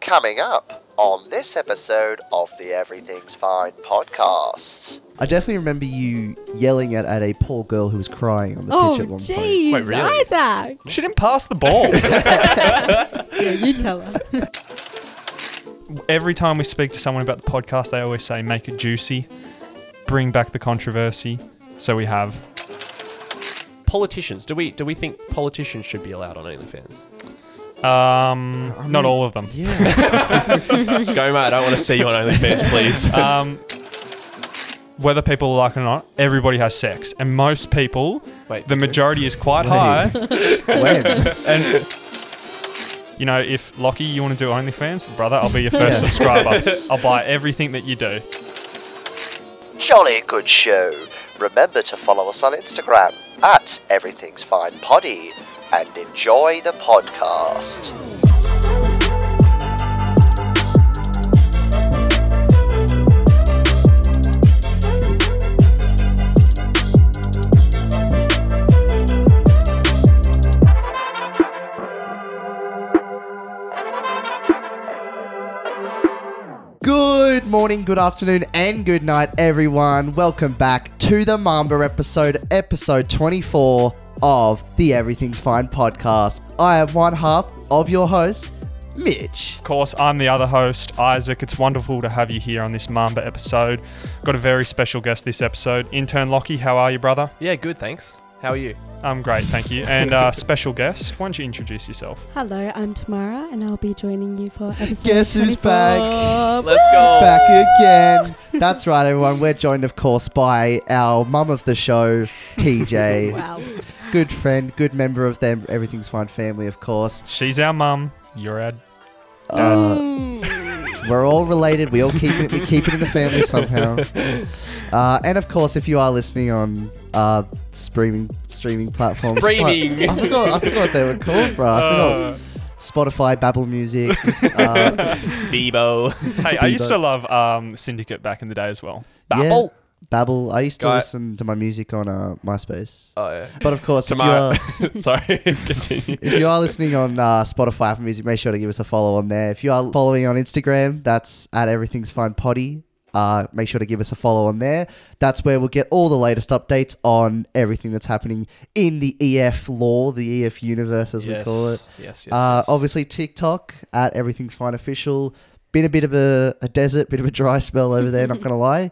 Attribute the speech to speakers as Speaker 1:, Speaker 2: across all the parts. Speaker 1: Coming up on this episode of the Everything's Fine podcast.
Speaker 2: I definitely remember you yelling at, at a poor girl who was crying on the
Speaker 3: Oh,
Speaker 2: pitch at one point.
Speaker 3: jeez,
Speaker 4: Wait, really?
Speaker 3: Isaac.
Speaker 4: She didn't pass the ball.
Speaker 3: Yeah, you tell her.
Speaker 4: Every time we speak to someone about the podcast, they always say, make it juicy, bring back the controversy. So we have.
Speaker 5: politicians. Do we do we think politicians should be allowed on OnlyFans?
Speaker 4: Um, not all of them.
Speaker 5: Scoma, I don't want to see you on OnlyFans, please. Uh,
Speaker 4: Um, whether people like it or not, everybody has sex. And most people,
Speaker 5: Wait,
Speaker 4: the
Speaker 5: we do?
Speaker 4: majority is quite high.
Speaker 2: When?
Speaker 4: And, you know, if Lockie, you want to do OnlyFans, brother, I'll be your first
Speaker 2: Yeah.
Speaker 4: subscriber. I'll buy everything that you do.
Speaker 1: Jolly good show. Remember to follow us on Instagram at Everything's Fine Poddy and enjoy the podcast.
Speaker 2: Good morning, good afternoon, and good night, everyone. Welcome back to the Mamba episode, episode 24 of the Everything's Fine podcast. I am one half of your host, Mitch.
Speaker 4: Of course, I'm the other host, Isaac. It's wonderful to have you here on this Mamba episode. Got a very special guest this episode. Intern Lockie, how are you, brother?
Speaker 5: yeah, good, thanks. How are you?
Speaker 4: I'm Um, great, thank you. And uh, special guest, why don't you introduce yourself?
Speaker 3: Hello, I'm Tamara, and I'll be joining you for episode
Speaker 2: Guess who's back?
Speaker 3: 24.
Speaker 5: Let's go.
Speaker 2: Back again. That's right, everyone. We're joined, of course, by our mum of the show, TJ.
Speaker 3: Wow.
Speaker 2: Good friend, good member of them, Everything's Fine family, of course.
Speaker 4: She's our mum. You're our.
Speaker 2: Uh, we're all related. We all keep it. We keep it in the family somehow. Uh, and of course, if you are listening on uh, streaming streaming platforms,
Speaker 5: Streaming.
Speaker 2: I forgot. I forgot what they were called, bro. I forgot. Spotify, Babel Music. Uh,
Speaker 5: Bebo.
Speaker 4: Hey, I used
Speaker 2: Bebo.
Speaker 4: to love um, Syndicate back in the day as well.
Speaker 2: yeah,
Speaker 4: Babble.
Speaker 2: Babel. I used to
Speaker 5: Guy-
Speaker 2: listen to my music on uh, MySpace.
Speaker 5: Oh yeah.
Speaker 2: But of course, if you
Speaker 5: Tomorrow.
Speaker 2: are
Speaker 5: Sorry. Continue.
Speaker 2: if you are listening on uh, Spotify for music, make sure to give us a follow on there. If you are following on Instagram, that's at Everything's Fine Potty. Uh, make sure to give us a follow on there. That's where we'll get all the latest updates on everything that's happening in the EF law, the EF universe, as we call it.
Speaker 5: Yes. Yes.
Speaker 2: Uh,
Speaker 5: yes.
Speaker 2: obviously, TikTok at Everything's Fine Official. Been a bit of a, a desert, bit of a dry spell over there, not going to lie.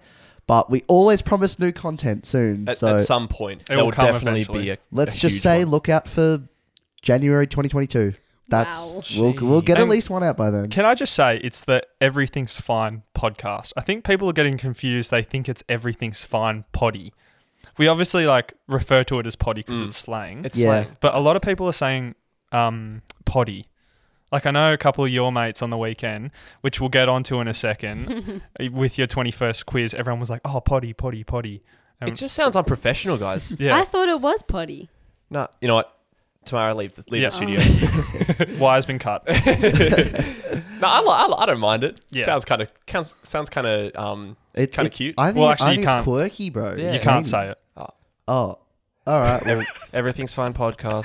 Speaker 2: But we always promise new content soon.
Speaker 5: At,
Speaker 2: so
Speaker 5: at some point, there
Speaker 4: will
Speaker 5: will
Speaker 4: come
Speaker 5: definitely
Speaker 4: eventually.
Speaker 5: be a.
Speaker 2: Let's
Speaker 5: a
Speaker 2: just
Speaker 5: huge
Speaker 2: say,
Speaker 5: one.
Speaker 2: look out for January 2022. That's
Speaker 3: Wow.
Speaker 2: we'll, we'll get at
Speaker 4: And-
Speaker 2: least one out by then.
Speaker 4: Can I just say it's the Everything's Fine podcast? I think people are getting confused. They think it's Everything's Fine Poddy. We obviously like refer to it as poddy because it's slang.
Speaker 5: It's
Speaker 2: Yeah.
Speaker 5: slang.
Speaker 4: But a lot of people are saying um, potty. Like I know a couple of your mates on the weekend, which we'll get onto in a second, with your 21st quiz, everyone was like, oh, potty, potty, potty. Um,
Speaker 5: It just sounds unprofessional, guys.
Speaker 4: yeah,
Speaker 3: I thought it was potty.
Speaker 5: no, you know what? Tomorrow, leave the, leave
Speaker 4: Yeah.
Speaker 5: the studio.
Speaker 4: wire's been cut.
Speaker 5: no, I, li- I, li- I don't mind it.
Speaker 4: Yeah.
Speaker 5: Sounds kind of sounds, sounds kind of um
Speaker 2: It-
Speaker 5: kind of
Speaker 2: it-
Speaker 5: cute.
Speaker 2: I think,
Speaker 4: Well, actually,
Speaker 2: I
Speaker 4: you
Speaker 2: think it's
Speaker 4: can't-
Speaker 2: quirky, bro.
Speaker 4: You can't say it.
Speaker 2: Oh, all right.
Speaker 5: Every, everything's fine podcast.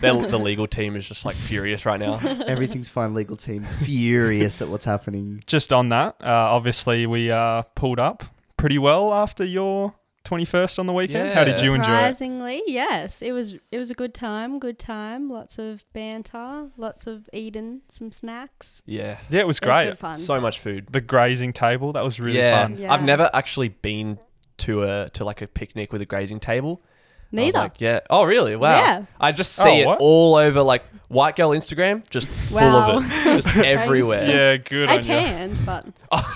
Speaker 5: Their, the legal team is just like furious right now.
Speaker 2: Everything's fine. Legal team furious at what's happening.
Speaker 4: Just on that, uh, obviously we uh, pulled up pretty well after your 21st on the weekend. How did
Speaker 5: Yeah.
Speaker 4: you enjoy it?
Speaker 3: Surprisingly, yes. It was it was a good time, good time. Lots of banter, lots of eating, some snacks.
Speaker 5: Yeah.
Speaker 4: Yeah, it was
Speaker 3: It was
Speaker 4: great.
Speaker 3: good fun.
Speaker 5: So much food.
Speaker 4: The grazing table, that was really
Speaker 5: yeah.
Speaker 4: fun.
Speaker 3: Yeah.
Speaker 5: I've never actually been to a to like a picnic with a grazing table. I was
Speaker 3: Neither.
Speaker 5: like, yeah. Oh, really? Wow.
Speaker 3: Yeah.
Speaker 5: I just
Speaker 4: Oh,
Speaker 5: see it
Speaker 4: what?
Speaker 5: all over like white girl Instagram, just
Speaker 3: Wow.
Speaker 5: full of it, just everywhere.
Speaker 4: Yeah, good
Speaker 3: I
Speaker 4: on you. Oh.
Speaker 3: tanned, but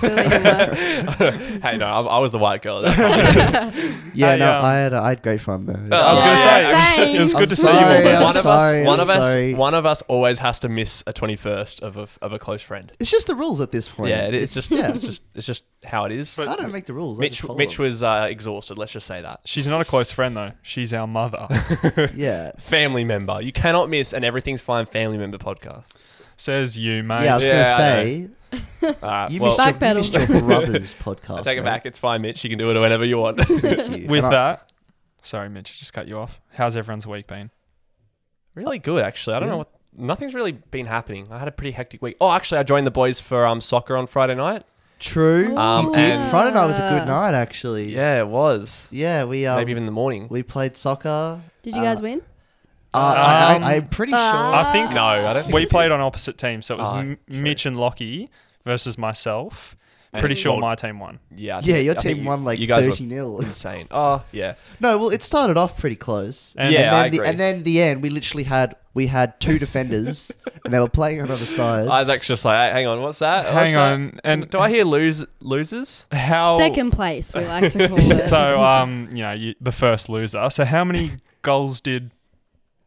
Speaker 3: really didn't work.
Speaker 5: Hey, no, I, I was the white girl. at that point.
Speaker 2: Yeah,
Speaker 4: Hey,
Speaker 2: no,
Speaker 4: um,
Speaker 2: I had I had great fun though.
Speaker 5: I was
Speaker 4: gonna
Speaker 5: Yeah,
Speaker 4: say, it was- it
Speaker 3: thanks.
Speaker 4: was, good to
Speaker 2: I'm
Speaker 4: see you all
Speaker 2: sorry,
Speaker 4: there.
Speaker 2: I'm
Speaker 5: one of
Speaker 2: sorry,
Speaker 5: us, one
Speaker 2: I'm
Speaker 5: of
Speaker 2: sorry.
Speaker 5: us, one of us always has to miss a twenty first of a, of a close friend.
Speaker 2: it's just the rules at this point.
Speaker 5: Yeah, it, it's just
Speaker 2: yeah.
Speaker 5: it's just it's just how it is.
Speaker 2: I don't make the rules. I just
Speaker 5: Mitch,
Speaker 2: follow
Speaker 5: Mitch
Speaker 2: them.
Speaker 5: was uh, exhausted. Let's just say that.
Speaker 4: She's not a close friend though. She's our mother.
Speaker 2: yeah.
Speaker 5: Family member, you cannot miss an Everything's Fine family member podcast.
Speaker 4: Says you, mate.
Speaker 2: Yeah, I was
Speaker 5: Yeah, I
Speaker 2: gonna
Speaker 5: All right,
Speaker 2: say you,
Speaker 5: Uh, well,
Speaker 2: missed, your, you
Speaker 3: Backpedal.
Speaker 2: missed your brother's podcast.
Speaker 5: I take it
Speaker 2: mate.
Speaker 5: back. It's fine, Mitch. You can do it whenever you want.
Speaker 2: Thank you.
Speaker 4: With
Speaker 2: And I-
Speaker 4: that, sorry, Mitch, I just cut you off. How's everyone's week been?
Speaker 5: really good, actually. I don't know what nothing's really been happening. I had a pretty hectic week. Oh, actually, I joined the boys for um, soccer on Friday night.
Speaker 2: True.
Speaker 5: Um,
Speaker 2: you did.
Speaker 5: and-
Speaker 2: Friday night was a good
Speaker 3: Yeah.
Speaker 2: night, actually.
Speaker 5: Yeah, it was.
Speaker 2: Yeah, we um,
Speaker 5: Maybe even the morning.
Speaker 2: we played soccer.
Speaker 3: Did you guys win?
Speaker 2: Uh, I,
Speaker 4: Um,
Speaker 2: I, I'm pretty
Speaker 3: Uh,
Speaker 4: I think
Speaker 5: No, I don't think
Speaker 4: we played on opposite teams, so it was
Speaker 5: Ah,
Speaker 4: M-
Speaker 5: true.
Speaker 4: Mitch and Lockie versus myself.
Speaker 5: And
Speaker 4: Pretty sure
Speaker 5: Lord-
Speaker 4: my team won.
Speaker 5: Yeah. I
Speaker 2: sure. Yeah,
Speaker 5: think-
Speaker 2: your
Speaker 5: I think
Speaker 2: team
Speaker 5: you-
Speaker 2: won like
Speaker 5: you guys were
Speaker 2: thirty 0
Speaker 5: insane. Oh, yeah.
Speaker 2: No, well, it started off pretty close.
Speaker 4: And-
Speaker 5: Yeah,
Speaker 2: then
Speaker 5: I
Speaker 2: the,
Speaker 5: agree.
Speaker 2: And then the end, we literally had we had two defenders, and they were playing on other sides.
Speaker 5: Isaac's just like, "Hey, hang on, what's that? What's
Speaker 4: Hang
Speaker 5: that?"
Speaker 4: on, and-
Speaker 5: Mm, do I hear lose losers?
Speaker 4: How
Speaker 3: Second place, we like to call it.
Speaker 4: So um, you know, you, the first loser. So how many goals did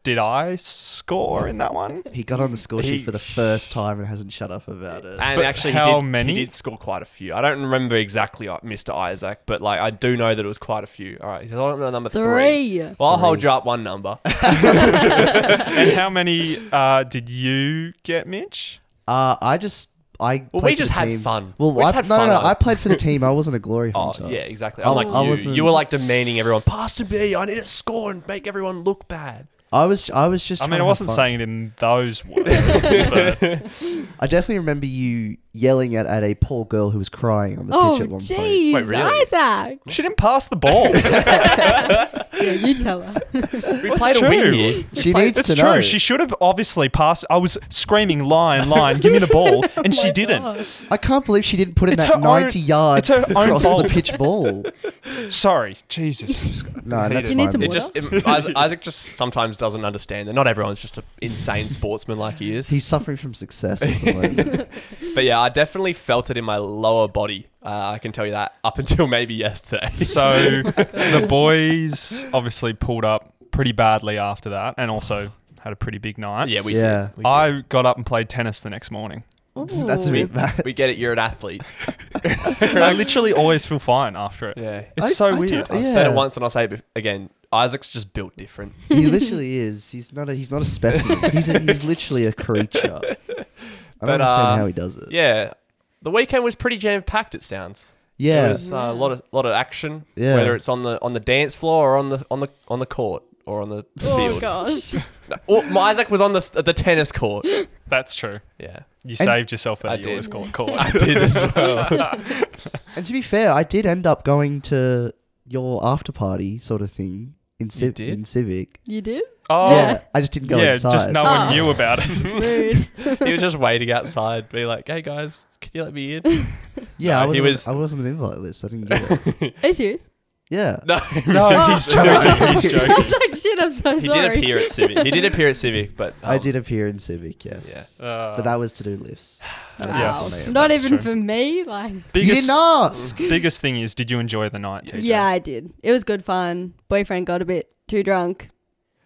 Speaker 4: did I score in that one?
Speaker 2: he got on the score sheet
Speaker 5: He-
Speaker 2: for the first time and hasn't shut up about it.
Speaker 5: And
Speaker 4: But
Speaker 5: actually, he
Speaker 4: how
Speaker 5: did,
Speaker 4: many?
Speaker 5: He did score quite a few. I don't remember exactly, uh, Mr. Isaac, but like I do know that it was quite a few. All right, he's on number three.
Speaker 3: Three.
Speaker 5: Well, I'll hold you up one number.
Speaker 4: And how many uh, did you get, Mitch?
Speaker 2: Uh, I just I
Speaker 5: Well,
Speaker 2: played
Speaker 5: we
Speaker 2: for
Speaker 5: just
Speaker 2: the
Speaker 5: had
Speaker 2: team.
Speaker 5: fun.
Speaker 2: Well,
Speaker 5: We just
Speaker 2: I,
Speaker 5: had
Speaker 2: no,
Speaker 5: fun
Speaker 2: no,
Speaker 5: on
Speaker 2: no. I
Speaker 5: it.
Speaker 2: played for the team. I wasn't a glory
Speaker 5: Oh
Speaker 2: hunter.
Speaker 5: yeah, exactly.
Speaker 2: I-
Speaker 5: I'm like
Speaker 2: I
Speaker 5: you.
Speaker 2: wasn't-
Speaker 5: You were like demeaning everyone. Pass to me. I need to score and make everyone look bad.
Speaker 2: I was I was just.
Speaker 4: I
Speaker 2: trying
Speaker 4: mean,
Speaker 2: to
Speaker 4: I
Speaker 2: have
Speaker 4: wasn't
Speaker 2: fun.
Speaker 4: saying it in those words. but
Speaker 2: I definitely remember you yelling at, at a poor girl who was crying on the
Speaker 3: Oh,
Speaker 2: pitch at one
Speaker 3: jeez,
Speaker 5: Wait, really?
Speaker 3: Isaac.
Speaker 4: she didn't pass the ball.
Speaker 3: Yeah, you tell her.
Speaker 5: We
Speaker 4: That's
Speaker 5: played a win
Speaker 4: true.
Speaker 5: here.
Speaker 2: point. She needs
Speaker 4: It's
Speaker 2: to
Speaker 4: true.
Speaker 2: know.
Speaker 4: She should have obviously passed. I was screaming, "Line, line! Give me the ball!" And she didn't.
Speaker 2: I can't believe she didn't put in
Speaker 4: It's her
Speaker 2: that
Speaker 4: own-
Speaker 2: ninety yard
Speaker 4: it's her own
Speaker 2: across the
Speaker 4: fault.
Speaker 2: pitch ball.
Speaker 4: Sorry, Jesus.
Speaker 2: No,
Speaker 4: Hate
Speaker 2: that's
Speaker 4: it.
Speaker 3: You need
Speaker 2: fine.
Speaker 3: some
Speaker 5: It just it, Isaac, Isaac just sometimes doesn't understand that not everyone's just an insane sportsman like he is.
Speaker 2: He's suffering from success at the moment.
Speaker 5: But yeah, I definitely felt it in my lower body. Uh, I can tell you that up until maybe yesterday.
Speaker 4: So the boys obviously pulled up pretty badly after that, and also had a pretty big night.
Speaker 5: yeah, we
Speaker 2: Yeah.
Speaker 5: did. We, did.
Speaker 4: I got up and played tennis the next morning.
Speaker 2: That's a bit
Speaker 3: Oh.
Speaker 2: bad.
Speaker 5: we get it. You're an athlete.
Speaker 4: I literally always feel fine after it.
Speaker 5: Yeah.
Speaker 4: It's
Speaker 2: I-
Speaker 4: so
Speaker 2: I don't-
Speaker 4: weird.
Speaker 5: I've said
Speaker 2: Yeah.
Speaker 5: it once and I'll say it bef- again. Isaac's just built different.
Speaker 2: He literally is. He's not a. He's not a specimen. He's a, he's literally a creature. I don't
Speaker 5: But,
Speaker 2: understand
Speaker 5: uh,
Speaker 2: how he does it.
Speaker 5: Yeah. The weekend was pretty jam packed. It sounds. There
Speaker 2: Yeah,
Speaker 5: was uh, a lot of lot of action.
Speaker 2: Yeah.
Speaker 5: Whether it's on the on the dance floor or on the on the on the court or on the
Speaker 3: Oh
Speaker 5: field.
Speaker 3: gosh.
Speaker 5: Oh, my Isaac was on the s- the tennis court.
Speaker 4: That's true.
Speaker 5: Yeah.
Speaker 4: You
Speaker 2: And-
Speaker 4: saved yourself
Speaker 5: I
Speaker 4: that you
Speaker 5: did.
Speaker 4: always call it court.
Speaker 5: I did as well.
Speaker 2: and to be fair, I did end up going to your after party sort of thing in, Civ-
Speaker 5: did?
Speaker 2: in Civic.
Speaker 3: You did?
Speaker 4: Oh,
Speaker 2: Yeah, I just didn't go
Speaker 4: yeah,
Speaker 2: inside.
Speaker 4: just no one
Speaker 3: Oh.
Speaker 4: knew about it. Uh,
Speaker 3: Rude.
Speaker 5: he was just waiting outside, be like, "Hey guys, can you let me in?"
Speaker 2: Yeah, I
Speaker 5: No, he
Speaker 2: wasn't.
Speaker 5: was-
Speaker 2: I wasn't on the invite list. I didn't get it.
Speaker 3: Are you serious?
Speaker 2: Yeah.
Speaker 5: No,
Speaker 4: No,
Speaker 3: Oh.
Speaker 4: he's joking. He's
Speaker 3: I
Speaker 4: joking.
Speaker 3: was like, shit, I'm so
Speaker 5: He
Speaker 3: sorry.
Speaker 5: did appear at Civic. He did appear at Civic, but
Speaker 2: I
Speaker 5: um,
Speaker 2: did appear in Civic, yes.
Speaker 5: Yeah.
Speaker 4: Uh,
Speaker 2: But that was to do lifts. That
Speaker 3: Wow.
Speaker 4: Yes.
Speaker 2: was
Speaker 3: Not
Speaker 4: That's
Speaker 3: even
Speaker 4: true.
Speaker 3: for me. Like,
Speaker 2: You
Speaker 4: biggest,
Speaker 2: didn't ask.
Speaker 4: biggest thing is, did you enjoy the night, TJ?
Speaker 3: yeah, I did. It was good fun. Boyfriend got a bit too drunk.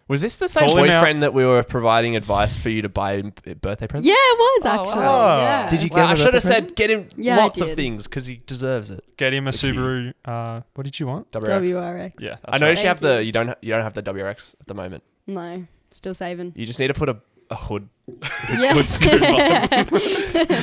Speaker 5: Was this the same
Speaker 4: Call him out.
Speaker 5: boyfriend that we were providing advice for you to buy him b- birthday presents?
Speaker 3: Yeah, it was
Speaker 5: Oh,
Speaker 3: actually.
Speaker 4: wow.
Speaker 3: yeah.
Speaker 2: Did you get
Speaker 5: Well, I
Speaker 2: him a
Speaker 5: should have
Speaker 2: present?
Speaker 5: said get him
Speaker 3: Yeah, I
Speaker 5: lots of
Speaker 3: did.
Speaker 5: things because he deserves it.
Speaker 4: Get him a
Speaker 5: Thank you.
Speaker 4: Subaru. Uh, what did you want?
Speaker 5: WRX.
Speaker 3: WRX?
Speaker 4: Yeah,
Speaker 5: I
Speaker 4: know.
Speaker 5: noticed you have
Speaker 3: Thank you.
Speaker 5: the you don't ha- you don't have the WRX at the moment.
Speaker 3: No, still saving.
Speaker 5: You just need to put a, a hood.
Speaker 3: yeah.
Speaker 5: Hood scoop on.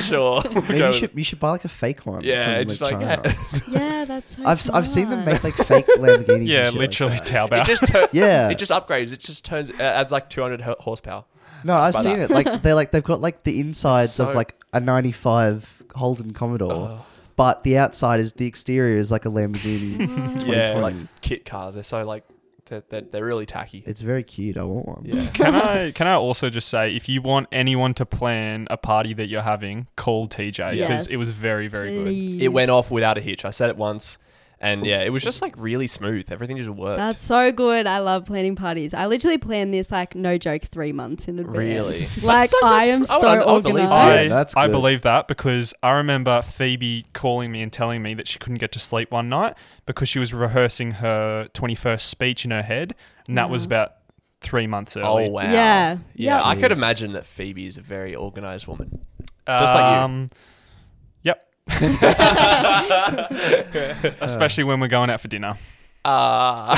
Speaker 5: sure.
Speaker 2: Maybe
Speaker 5: Go
Speaker 2: you
Speaker 5: with-
Speaker 2: should, you should buy like a fake one.
Speaker 5: yeah,
Speaker 2: from,
Speaker 5: just
Speaker 2: like, China.
Speaker 5: like yeah.
Speaker 3: yeah, that's so
Speaker 2: I've, s- I've seen them make
Speaker 3: smart.
Speaker 2: like fake Lamborghinis.
Speaker 4: Yeah,
Speaker 2: and shit
Speaker 4: literally
Speaker 2: Like that.
Speaker 5: it
Speaker 4: Taobao.
Speaker 5: just tur-
Speaker 2: Yeah.
Speaker 5: it just upgrades. It just turns it adds like 200 h- horsepower.
Speaker 2: no, I've
Speaker 5: by
Speaker 2: seen
Speaker 5: that.
Speaker 2: it. Like they're like they've got like the insides
Speaker 5: so-
Speaker 2: of like a '95 Holden Commodore,
Speaker 5: Oh.
Speaker 2: but the outside is the exterior is like a Lamborghini 2020.
Speaker 5: Yeah, like kit cars. They're so like they're they're, they're really tacky.
Speaker 2: it's very cute. I want one.
Speaker 5: yeah.
Speaker 4: can I can I also just say if you want anyone to plan a party that you're having, call TJ because
Speaker 3: Yes.
Speaker 4: it was very very good.
Speaker 3: Please.
Speaker 5: It went off without a hitch. I said it once, and yeah, it was just like really smooth. Everything just worked.
Speaker 3: That's so good. I love planning parties. I literally plan this like no joke three months in advance.
Speaker 5: Really?
Speaker 3: Like
Speaker 5: That's so-
Speaker 3: I
Speaker 5: that's-
Speaker 3: am
Speaker 5: I would-
Speaker 3: so
Speaker 5: I would believe
Speaker 3: organized.
Speaker 5: that.
Speaker 4: I,
Speaker 2: Yeah, that's
Speaker 4: I
Speaker 2: good.
Speaker 4: believe that because I remember Phoebe calling me and telling me that she couldn't get to sleep one night because she was rehearsing her 21st speech in her head, and that was
Speaker 3: Wow.
Speaker 4: about three months
Speaker 5: oh
Speaker 4: early.
Speaker 5: wow.
Speaker 3: Yeah.
Speaker 5: Yeah,
Speaker 3: Yep.
Speaker 5: I could
Speaker 2: Jeez.
Speaker 5: imagine that Phoebe is a very organized woman.
Speaker 4: Just
Speaker 5: Just like you.
Speaker 4: like you. Yep. Especially when we're going out for dinner.
Speaker 5: Uh,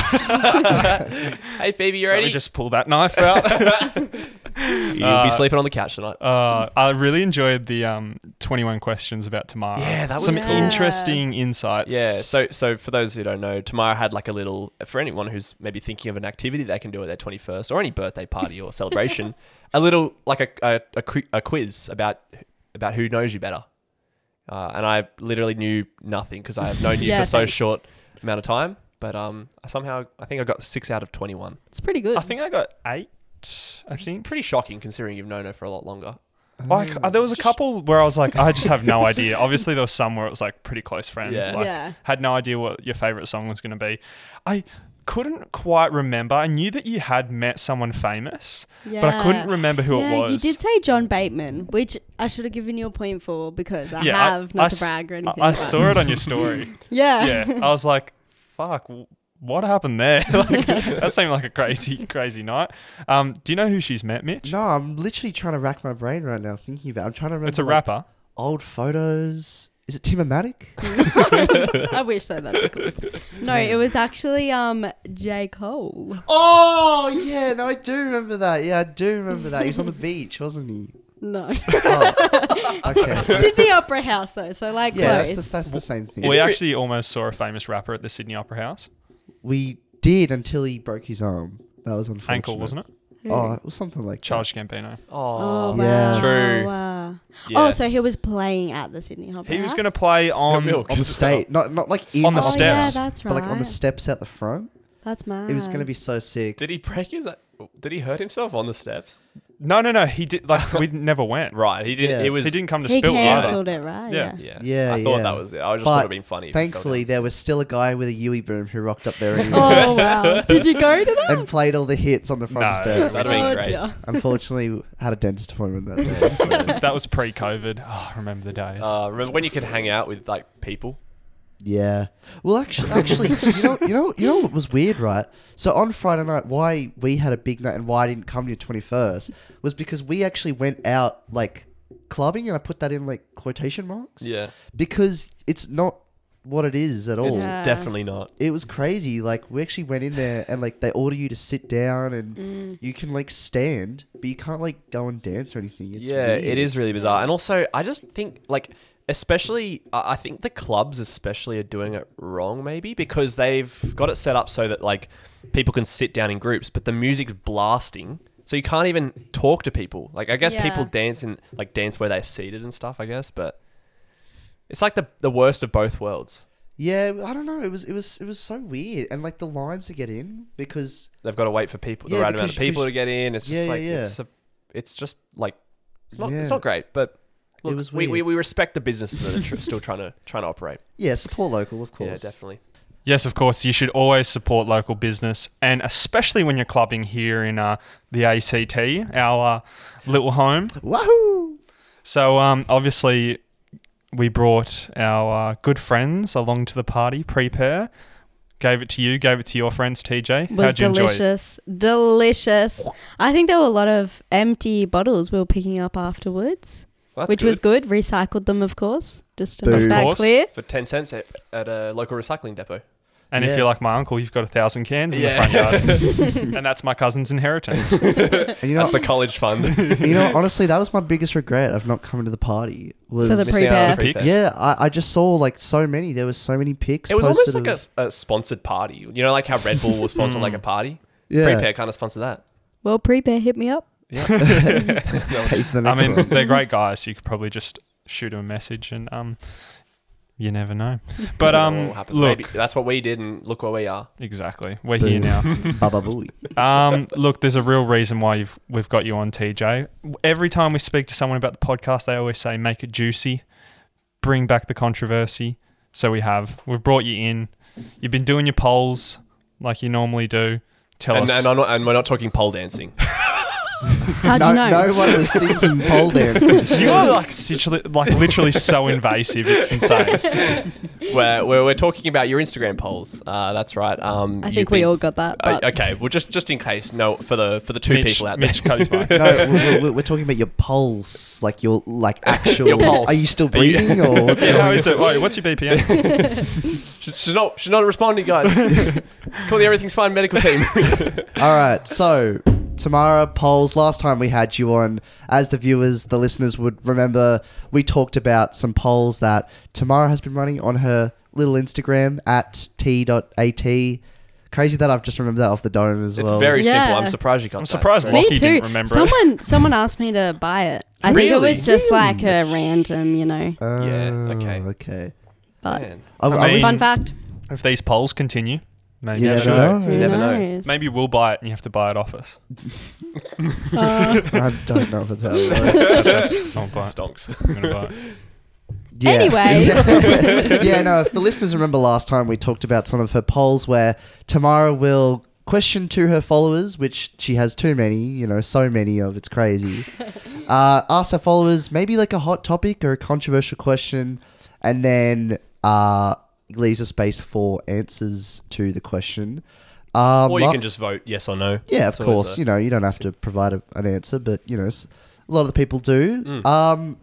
Speaker 5: hey Phoebe, you
Speaker 4: Let
Speaker 5: ready?
Speaker 4: me just pull that knife out.
Speaker 5: You'll
Speaker 4: Uh,
Speaker 5: be sleeping on the couch tonight.
Speaker 4: Uh, I really enjoyed the um, 21 questions about Tamara.
Speaker 5: Yeah, that was
Speaker 4: some
Speaker 5: cool.
Speaker 4: interesting insights.
Speaker 5: Yeah, so so for those who don't know, tomorrow had like a little for anyone who's maybe thinking of an activity they can do at their twenty first or any birthday party or celebration, a little like a a, a, qui- a quiz about about who knows you better. Uh, and I literally knew nothing because I have known you
Speaker 3: Yeah,
Speaker 5: for so
Speaker 3: thanks.
Speaker 5: short amount of time. But um, I somehow I think I got six out of twenty one.
Speaker 3: It's pretty good.
Speaker 4: I think I got eight. I think.
Speaker 5: Pretty shocking considering you've known her for a lot longer.
Speaker 4: Like uh, there was a couple where I was like, I just have no idea. Obviously, there was some where it was like pretty close friends.
Speaker 5: Yeah.
Speaker 4: Like,
Speaker 3: yeah.
Speaker 4: Had no idea what your favorite song was going to be. I couldn't quite remember. I knew that you had met someone famous,
Speaker 3: Yeah.
Speaker 4: but I couldn't remember who
Speaker 3: yeah,
Speaker 4: it was.
Speaker 3: You did say John Bateman, which I should have given you a point for because I
Speaker 4: Yeah, I-
Speaker 3: have, not
Speaker 4: I
Speaker 3: to
Speaker 4: s-
Speaker 3: brag or
Speaker 4: I-
Speaker 3: anything.
Speaker 4: I,
Speaker 3: but-
Speaker 4: saw it on your story.
Speaker 3: Yeah.
Speaker 4: yeah, I was like, fuck, w- what happened there? like, that seemed like a crazy, crazy night. Um, do you know who she's met, Mitch?
Speaker 2: No, I'm literally trying to rack my brain right now thinking about. I'm trying to remember.
Speaker 4: It's a
Speaker 2: like,
Speaker 4: rapper.
Speaker 2: Old photos. Is it Timatic?
Speaker 3: I wish so. That'd be cool. No, it was actually um J Cole.
Speaker 2: oh yeah, no, I do remember that. Yeah, I do remember that. He was on the beach, wasn't he?
Speaker 3: No,
Speaker 2: Oh, okay.
Speaker 3: Sydney Opera House though. So like
Speaker 2: Yeah, that's
Speaker 3: close.
Speaker 2: the, that's the same thing.
Speaker 4: We actually almost saw a famous rapper at the Sydney Opera House.
Speaker 2: We did until he broke his arm. That was unfortunate.
Speaker 4: Ankle, wasn't it?
Speaker 3: Who?
Speaker 2: Oh, it was something like that.
Speaker 4: Charles Gambino.
Speaker 5: Oh,
Speaker 3: Oh,
Speaker 2: Yeah.
Speaker 3: wow.
Speaker 5: True.
Speaker 3: Wow.
Speaker 5: Yeah.
Speaker 3: Oh, so he was playing at the Sydney Opera
Speaker 4: He was
Speaker 3: House?
Speaker 4: going to play on.
Speaker 5: milk.
Speaker 2: on the state, not not like in
Speaker 4: On the
Speaker 3: oh, Yeah,
Speaker 4: steps.
Speaker 3: that's right.
Speaker 2: but like on the steps out the front.
Speaker 3: that's mad.
Speaker 2: It was gonna be so sick.
Speaker 5: did he break his? Did he hurt himself on the steps?
Speaker 4: No, no, no. He did. Like we never went.
Speaker 5: Right, he did.
Speaker 2: Yeah.
Speaker 5: It was.
Speaker 4: He didn't come to
Speaker 3: He
Speaker 4: spill either.
Speaker 3: cancelled it, right?
Speaker 4: Yeah.
Speaker 3: Yeah.
Speaker 5: Yeah,
Speaker 2: Yeah,
Speaker 5: I thought
Speaker 2: yeah.
Speaker 5: that was it. I just
Speaker 2: But
Speaker 5: thought it being funny. if it fell
Speaker 2: Thankfully,
Speaker 5: down.
Speaker 2: there was still a guy with a Yui broom who rocked up there anyway
Speaker 3: Oh wow! Did you go to that?
Speaker 2: and played all the hits on the front
Speaker 4: No,
Speaker 2: steps.
Speaker 5: that'd be
Speaker 3: oh,
Speaker 5: great.
Speaker 3: dear.
Speaker 2: Unfortunately, had a dentist appointment that day. so,
Speaker 4: That was pre-COVID. Oh, I remember the days.
Speaker 5: Uh, remember when you could hang out with like people?
Speaker 2: yeah. Well, actually, actually, you know, you know, you know what was weird, right? So on Friday night, why we had a big night and why I didn't come to your twenty first was because we actually went out like clubbing, and I put that in like quotation marks. Because it's not what it is at all.
Speaker 5: it's
Speaker 3: Yeah.
Speaker 5: definitely not.
Speaker 2: it was crazy. Like we actually went in there and like they order you to sit down and
Speaker 3: Mm.
Speaker 2: you can like stand, but you can't like go and dance or anything. It's
Speaker 5: yeah,
Speaker 2: weird.
Speaker 5: it is really bizarre. And also, I just think like, especially, I I think the clubs especially are doing it wrong, maybe because they've got it set up so that like people can sit down in groups, but the music's blasting. So you can't even talk to people. Like I guess
Speaker 3: Yeah.
Speaker 5: people dance in like dance where they're seated and stuff. I guess, but it's like the the worst of both worlds.
Speaker 2: Yeah, I don't know. It was it was it was so weird, and like the lines to get in because
Speaker 5: they've got to wait for people the
Speaker 2: Yeah,
Speaker 5: right
Speaker 2: because-
Speaker 5: amount of people
Speaker 2: because-
Speaker 5: to get in. It's
Speaker 2: Yeah,
Speaker 5: just
Speaker 2: yeah,
Speaker 5: like
Speaker 2: yeah.
Speaker 5: it's a, it's just like it's not
Speaker 2: Yeah.
Speaker 5: it's not great, but
Speaker 2: It
Speaker 5: look,
Speaker 2: was
Speaker 5: we, we
Speaker 2: weird.
Speaker 5: we respect the businesses that are tr- still trying to trying to operate.
Speaker 2: yeah, support local, of course.
Speaker 5: Yeah, definitely.
Speaker 4: Yes, of course. You should always support local business, and especially when you're clubbing here in uh, the ACT, our uh, little home.
Speaker 2: Wahoo!
Speaker 4: So um, obviously, we brought our uh, good friends along to the party. Prepare, gave it to you, gave it to your friends. TJ,
Speaker 3: Was
Speaker 4: how'd you enjoy it?
Speaker 3: delicious, delicious. I think there were a lot of empty bottles we were picking up afterwards,
Speaker 5: Well, that's
Speaker 3: which
Speaker 5: good.
Speaker 3: was good. Recycled them, of course, just to
Speaker 2: Boo.
Speaker 3: make
Speaker 2: Of
Speaker 3: that
Speaker 4: course.
Speaker 3: clear.
Speaker 5: for ten cents at, at a local recycling
Speaker 2: Oh.
Speaker 5: depot.
Speaker 4: And
Speaker 2: Yeah.
Speaker 4: if you're like my uncle, you've got a thousand cans in
Speaker 5: Yeah.
Speaker 4: the front yard, and that's my cousin's inheritance.
Speaker 2: And you know,
Speaker 5: That's the college fund.
Speaker 2: you know, honestly, that was my biggest regret of not coming to the party. Was
Speaker 3: the
Speaker 5: Missing out on the
Speaker 4: Pre-bear.
Speaker 5: pre-bear.
Speaker 2: yeah, I, I just saw like so many. There was so many pics.
Speaker 5: It was almost
Speaker 2: posted
Speaker 5: like a,
Speaker 2: of-
Speaker 5: s- a sponsored party. You know, like how Red Bull was sponsored like a party.
Speaker 2: Yeah.
Speaker 5: Prepare kind of sponsored that.
Speaker 3: Well, prepare, hit me up.
Speaker 2: pay for the
Speaker 4: I
Speaker 2: next
Speaker 4: mean,
Speaker 2: one.
Speaker 4: they're great guys. So you could probably just shoot them a message, and um, you never know. But
Speaker 5: It
Speaker 4: um,
Speaker 5: all happened.
Speaker 4: look,
Speaker 5: Maybe- that's what we did, and look where we are.
Speaker 4: exactly, we're
Speaker 2: Boo.
Speaker 4: here now.
Speaker 2: Baba booey.
Speaker 4: Um, look, there's a real reason why you've we've got you on TJ. Every time we speak to someone about the podcast, they always say make it juicy, bring back the controversy. So we have. We've brought you in. You've been doing your polls like you normally do. Tell
Speaker 5: And,
Speaker 4: us.
Speaker 5: and, I'm not, and we're not talking pole dancing.
Speaker 3: How'd
Speaker 2: No,
Speaker 3: you know?
Speaker 2: no one was thinking pole dancing.
Speaker 4: you are like literally, like literally so invasive. It's insane.
Speaker 5: where, where we're talking about your Instagram polls. Uh, that's right. Um,
Speaker 3: I
Speaker 5: you've
Speaker 3: think we
Speaker 5: been-
Speaker 3: all got that.
Speaker 5: Uh,
Speaker 3: But
Speaker 5: okay, well, just just in case, no, for the for the two
Speaker 4: Mitch,
Speaker 5: people out there,
Speaker 4: Mitch Coates, mate.
Speaker 2: No, we're, we're, we're talking about your pulse, like your like actual.
Speaker 5: Your pulse.
Speaker 2: Are you still
Speaker 5: Are you-
Speaker 2: breathing or what's
Speaker 4: Yeah,
Speaker 2: going
Speaker 4: how
Speaker 2: on?
Speaker 4: is it? Wait, what's your BPM?
Speaker 5: she's, she's not she's not responding, guys. Call the Everything's Fine medical team.
Speaker 2: All right, so Tamara polls. Last time we had you on, as the viewers, the listeners would remember, we talked about some polls that Tamara has been running on her little Instagram at t.at. Crazy that I've just remembered that off the dome as
Speaker 5: It's
Speaker 2: well.
Speaker 5: very simple. I'm
Speaker 3: Yeah.
Speaker 5: surprised you got
Speaker 4: I'm
Speaker 5: that.
Speaker 4: surprised
Speaker 5: It's
Speaker 3: Me
Speaker 4: Lockie
Speaker 3: too.
Speaker 4: didn't remember it.
Speaker 3: someone someone asked me to buy it. I think it
Speaker 5: Really?
Speaker 3: was just like a random, you know.
Speaker 2: Oh,
Speaker 5: Yeah, okay.
Speaker 2: Okay.
Speaker 5: great.
Speaker 3: But
Speaker 5: Man.
Speaker 2: I,
Speaker 4: I
Speaker 2: I
Speaker 4: mean-
Speaker 2: wish-
Speaker 3: fun fact.
Speaker 4: If these polls continue, maybe
Speaker 2: You
Speaker 4: I
Speaker 2: never
Speaker 4: should.
Speaker 2: know.
Speaker 5: You never know.
Speaker 3: knows?
Speaker 4: Maybe we'll buy it and you have to buy it off us.
Speaker 3: Uh,
Speaker 2: I don't know if it's how it works.
Speaker 4: That's- I'll buy it.
Speaker 5: Stonks.
Speaker 4: I'm gonna buy it.
Speaker 2: Yeah.
Speaker 3: Anyway.
Speaker 2: yeah, no, if the listeners remember last time we talked about some of her polls where Tamara will question to her followers, which she has too many, you know, so many of, it's crazy. Uh, ask her followers maybe like a hot topic or a controversial question, and then uh, leaves a space for answers to the question. Um,
Speaker 5: Or you
Speaker 2: la-
Speaker 5: can just vote yes or no.
Speaker 2: yeah, of
Speaker 5: It's always
Speaker 2: course.
Speaker 5: a-
Speaker 2: You know, you don't have to provide a, an answer, but you know, s- a lot of the people do.
Speaker 5: Mm.
Speaker 2: Um,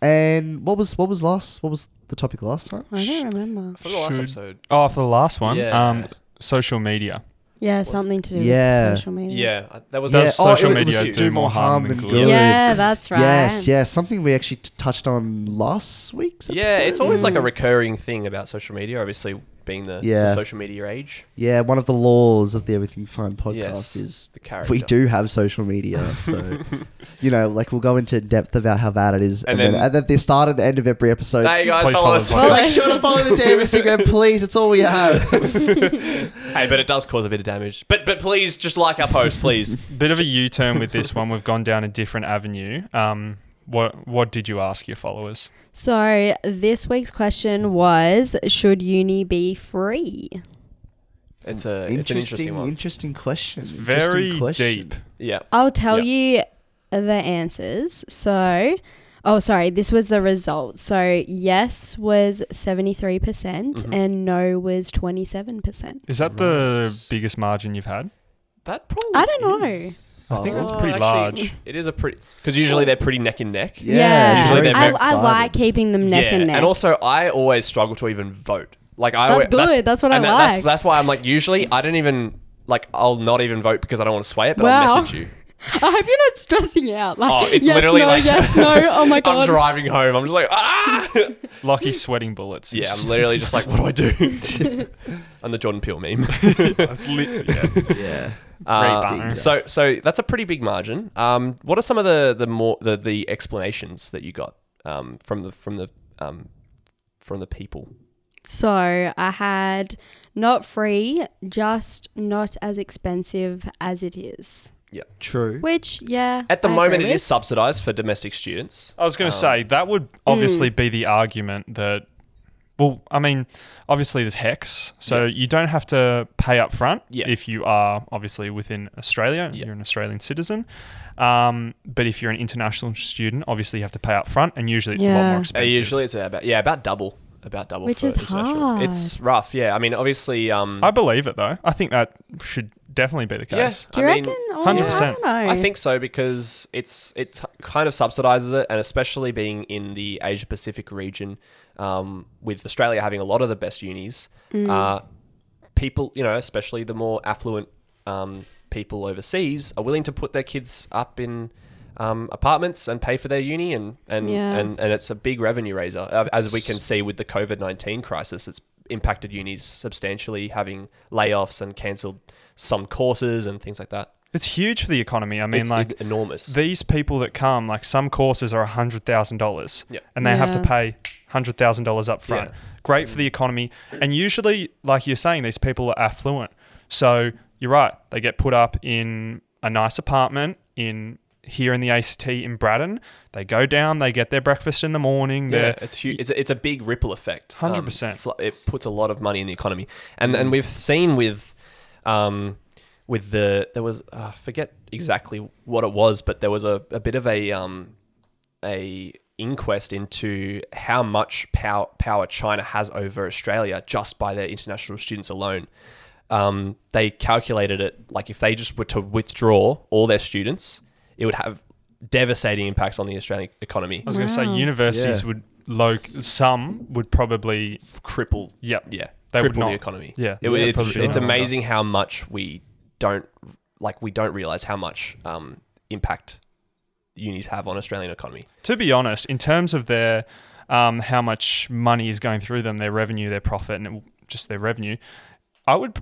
Speaker 2: and what was what was last? What was the topic last time?
Speaker 3: I don't remember.
Speaker 5: For the last
Speaker 4: Should-
Speaker 5: episode.
Speaker 4: Oh, for the last one,
Speaker 5: Yeah.
Speaker 4: um, social media.
Speaker 3: Yeah, something to do
Speaker 2: Yeah.
Speaker 3: with social media.
Speaker 5: Yeah, I- that was
Speaker 4: Yeah,
Speaker 5: that
Speaker 4: Does
Speaker 5: was
Speaker 4: oh, social
Speaker 2: it- it
Speaker 4: media
Speaker 2: was
Speaker 4: do more harm than good?
Speaker 3: Yeah, that's right.
Speaker 2: Yes, yes. Something we actually t- touched on last week's. Episode? Mm.
Speaker 5: Yeah, it's always
Speaker 3: Mm.
Speaker 5: like a recurring thing about social media. Obviously, being the, the
Speaker 2: Yeah.
Speaker 5: social media age.
Speaker 2: yeah. One of the laws of the Everything Fine podcast
Speaker 5: Yes,
Speaker 2: is
Speaker 5: the character.
Speaker 2: we do have social media, so you know, like we'll go into depth about how bad it is, and,
Speaker 5: And
Speaker 2: then,
Speaker 5: then-
Speaker 2: and at the start and the end of every episode.
Speaker 5: Hey guys,
Speaker 4: Please
Speaker 5: follow,
Speaker 4: follow
Speaker 5: us.
Speaker 4: the podcast.
Speaker 2: Make sure to follow the damn Instagram, please. It's all we have.
Speaker 5: hey, but it does cause a bit of damage. But but please just like our post, please.
Speaker 4: Bit of a U-turn with this one. We've gone down a different avenue. Um, what what did you ask your followers?
Speaker 3: So this week's question was: Should uni be free?
Speaker 5: It's a it's an interesting
Speaker 2: interesting,
Speaker 5: one.
Speaker 2: interesting question.
Speaker 4: It's
Speaker 2: Interesting
Speaker 4: very
Speaker 2: question.
Speaker 4: deep.
Speaker 5: yeah.
Speaker 3: I'll tell you the answers. So, oh, sorry, this was the result. So yes was seventy three percent,
Speaker 5: Mm-hmm.
Speaker 3: and no was twenty seven percent.
Speaker 4: Is that the biggest margin you've had?
Speaker 5: That probably
Speaker 3: I don't know.
Speaker 5: is- Oh,
Speaker 2: I think that's
Speaker 4: pretty
Speaker 5: actually,
Speaker 4: large.
Speaker 5: It is a pretty because usually they're pretty neck and neck.
Speaker 2: Yeah, it's
Speaker 5: Usually
Speaker 2: very
Speaker 5: they're
Speaker 3: I,
Speaker 5: very
Speaker 3: I like keeping them neck
Speaker 5: yeah.
Speaker 3: and neck.
Speaker 5: also, I always struggle to even vote. Like I,
Speaker 3: That's
Speaker 5: alwa-
Speaker 3: good, that's what I
Speaker 5: and that- That's,
Speaker 3: like.
Speaker 5: that's why I'm like usually I don't even like I'll not even vote because I don't want to sway it, but I'll
Speaker 3: Wow.
Speaker 5: message you.
Speaker 3: I hope you're not stressing out. Like,
Speaker 5: Oh, it's literally like
Speaker 3: Oh my
Speaker 5: I'm driving home. I'm just like ah.
Speaker 4: Lockie's sweating bullets. He's
Speaker 5: Yeah,
Speaker 4: just-
Speaker 5: I'm literally just like, what do I do? I'm the Jordan Peele meme.
Speaker 4: That's lit- yeah.
Speaker 2: Yeah.
Speaker 5: Uh,
Speaker 4: banner.
Speaker 5: so, so that's a pretty big margin. Um, what are some of the the more the, the explanations that you got um, from the from the um, from the people?
Speaker 3: So I had not free, just not as expensive as it is.
Speaker 2: True.
Speaker 3: Which, yeah.
Speaker 5: At the
Speaker 3: I
Speaker 5: moment,
Speaker 3: agree
Speaker 5: it
Speaker 3: with.
Speaker 5: is subsidized for domestic students.
Speaker 4: I was going to
Speaker 5: Um,
Speaker 4: say that would
Speaker 5: hmm.
Speaker 4: obviously be the argument that, well, I mean, obviously there's hex, so you don't have to pay up front
Speaker 5: Yeah.
Speaker 4: if you are obviously within Australia. and
Speaker 5: Yeah.
Speaker 4: You're an Australian citizen, um, but if you're an international student, obviously you have to pay up front, and usually it's a lot
Speaker 3: Yeah.
Speaker 4: more
Speaker 3: Uh,
Speaker 5: Uh,
Speaker 4: expensive.
Speaker 5: usually, it's about yeah about double about double.
Speaker 3: Which
Speaker 5: for
Speaker 3: is
Speaker 5: international.
Speaker 3: hard.
Speaker 5: It's rough. Yeah, I mean, obviously, um,
Speaker 4: I believe it though. I think that should definitely be the case.
Speaker 5: yes.
Speaker 3: Do you
Speaker 5: I mean,
Speaker 3: reckon? Oh,
Speaker 4: 100%.
Speaker 3: I don't know.
Speaker 5: I think so because it's it t- kind of subsidizes it, and especially being in the Asia Pacific region, um, with Australia having a lot of the best unis,
Speaker 3: Mm.
Speaker 5: uh, people you know, especially the more affluent um, people overseas, are willing to put their kids up in. Um, apartments and pay for their uni and and,
Speaker 3: Yeah.
Speaker 5: and and it's a big revenue raiser Uh, as we can see with the COVID nineteen crisis. It's impacted unis substantially, having layoffs and cancelled some courses and things like that.
Speaker 4: It's huge for the economy. I mean,
Speaker 5: it's
Speaker 4: like
Speaker 5: en- enormous.
Speaker 4: these people that come, like some courses are hundred thousand dollars,
Speaker 5: Yeah.
Speaker 4: and they have to
Speaker 3: Yeah.
Speaker 4: pay hundred thousand dollars up front.
Speaker 5: Yeah. Mm.
Speaker 4: Great for the economy, and usually, like you're saying, these people are affluent. So you're right; they get put up in a nice apartment in here in the ACT in Braddon. They go down, they get their breakfast in the morning.
Speaker 5: Yeah,
Speaker 4: Yeah,
Speaker 5: it's huge. It's a, it's a big ripple effect.
Speaker 4: 100%.
Speaker 5: Um, fl- it puts a lot of money in the economy, and and we've seen with, um, with the there was uh, I forget exactly what it was, but there was a, a bit of a um, a inquest into how much power power China has over Australia just by their international students alone. Um, they calculated it like if they just were to withdraw all their students, it would have devastating impacts on the Australian economy.
Speaker 4: I was going to say
Speaker 3: Wow.
Speaker 4: universities
Speaker 2: Yeah.
Speaker 4: would low some would probably
Speaker 5: cripple
Speaker 4: yeah
Speaker 5: yeah
Speaker 4: They would
Speaker 5: cripple
Speaker 4: not-
Speaker 5: the economy
Speaker 4: yeah,
Speaker 5: It-
Speaker 4: they'd
Speaker 5: it's,
Speaker 4: probably
Speaker 5: it's
Speaker 4: not.
Speaker 5: amazing how much we don't like we don't realize how much um, impact unis have on Australian economy.
Speaker 4: To be honest, in terms of their um, how much money is going through them, their revenue, their profit, and just their revenue, I would,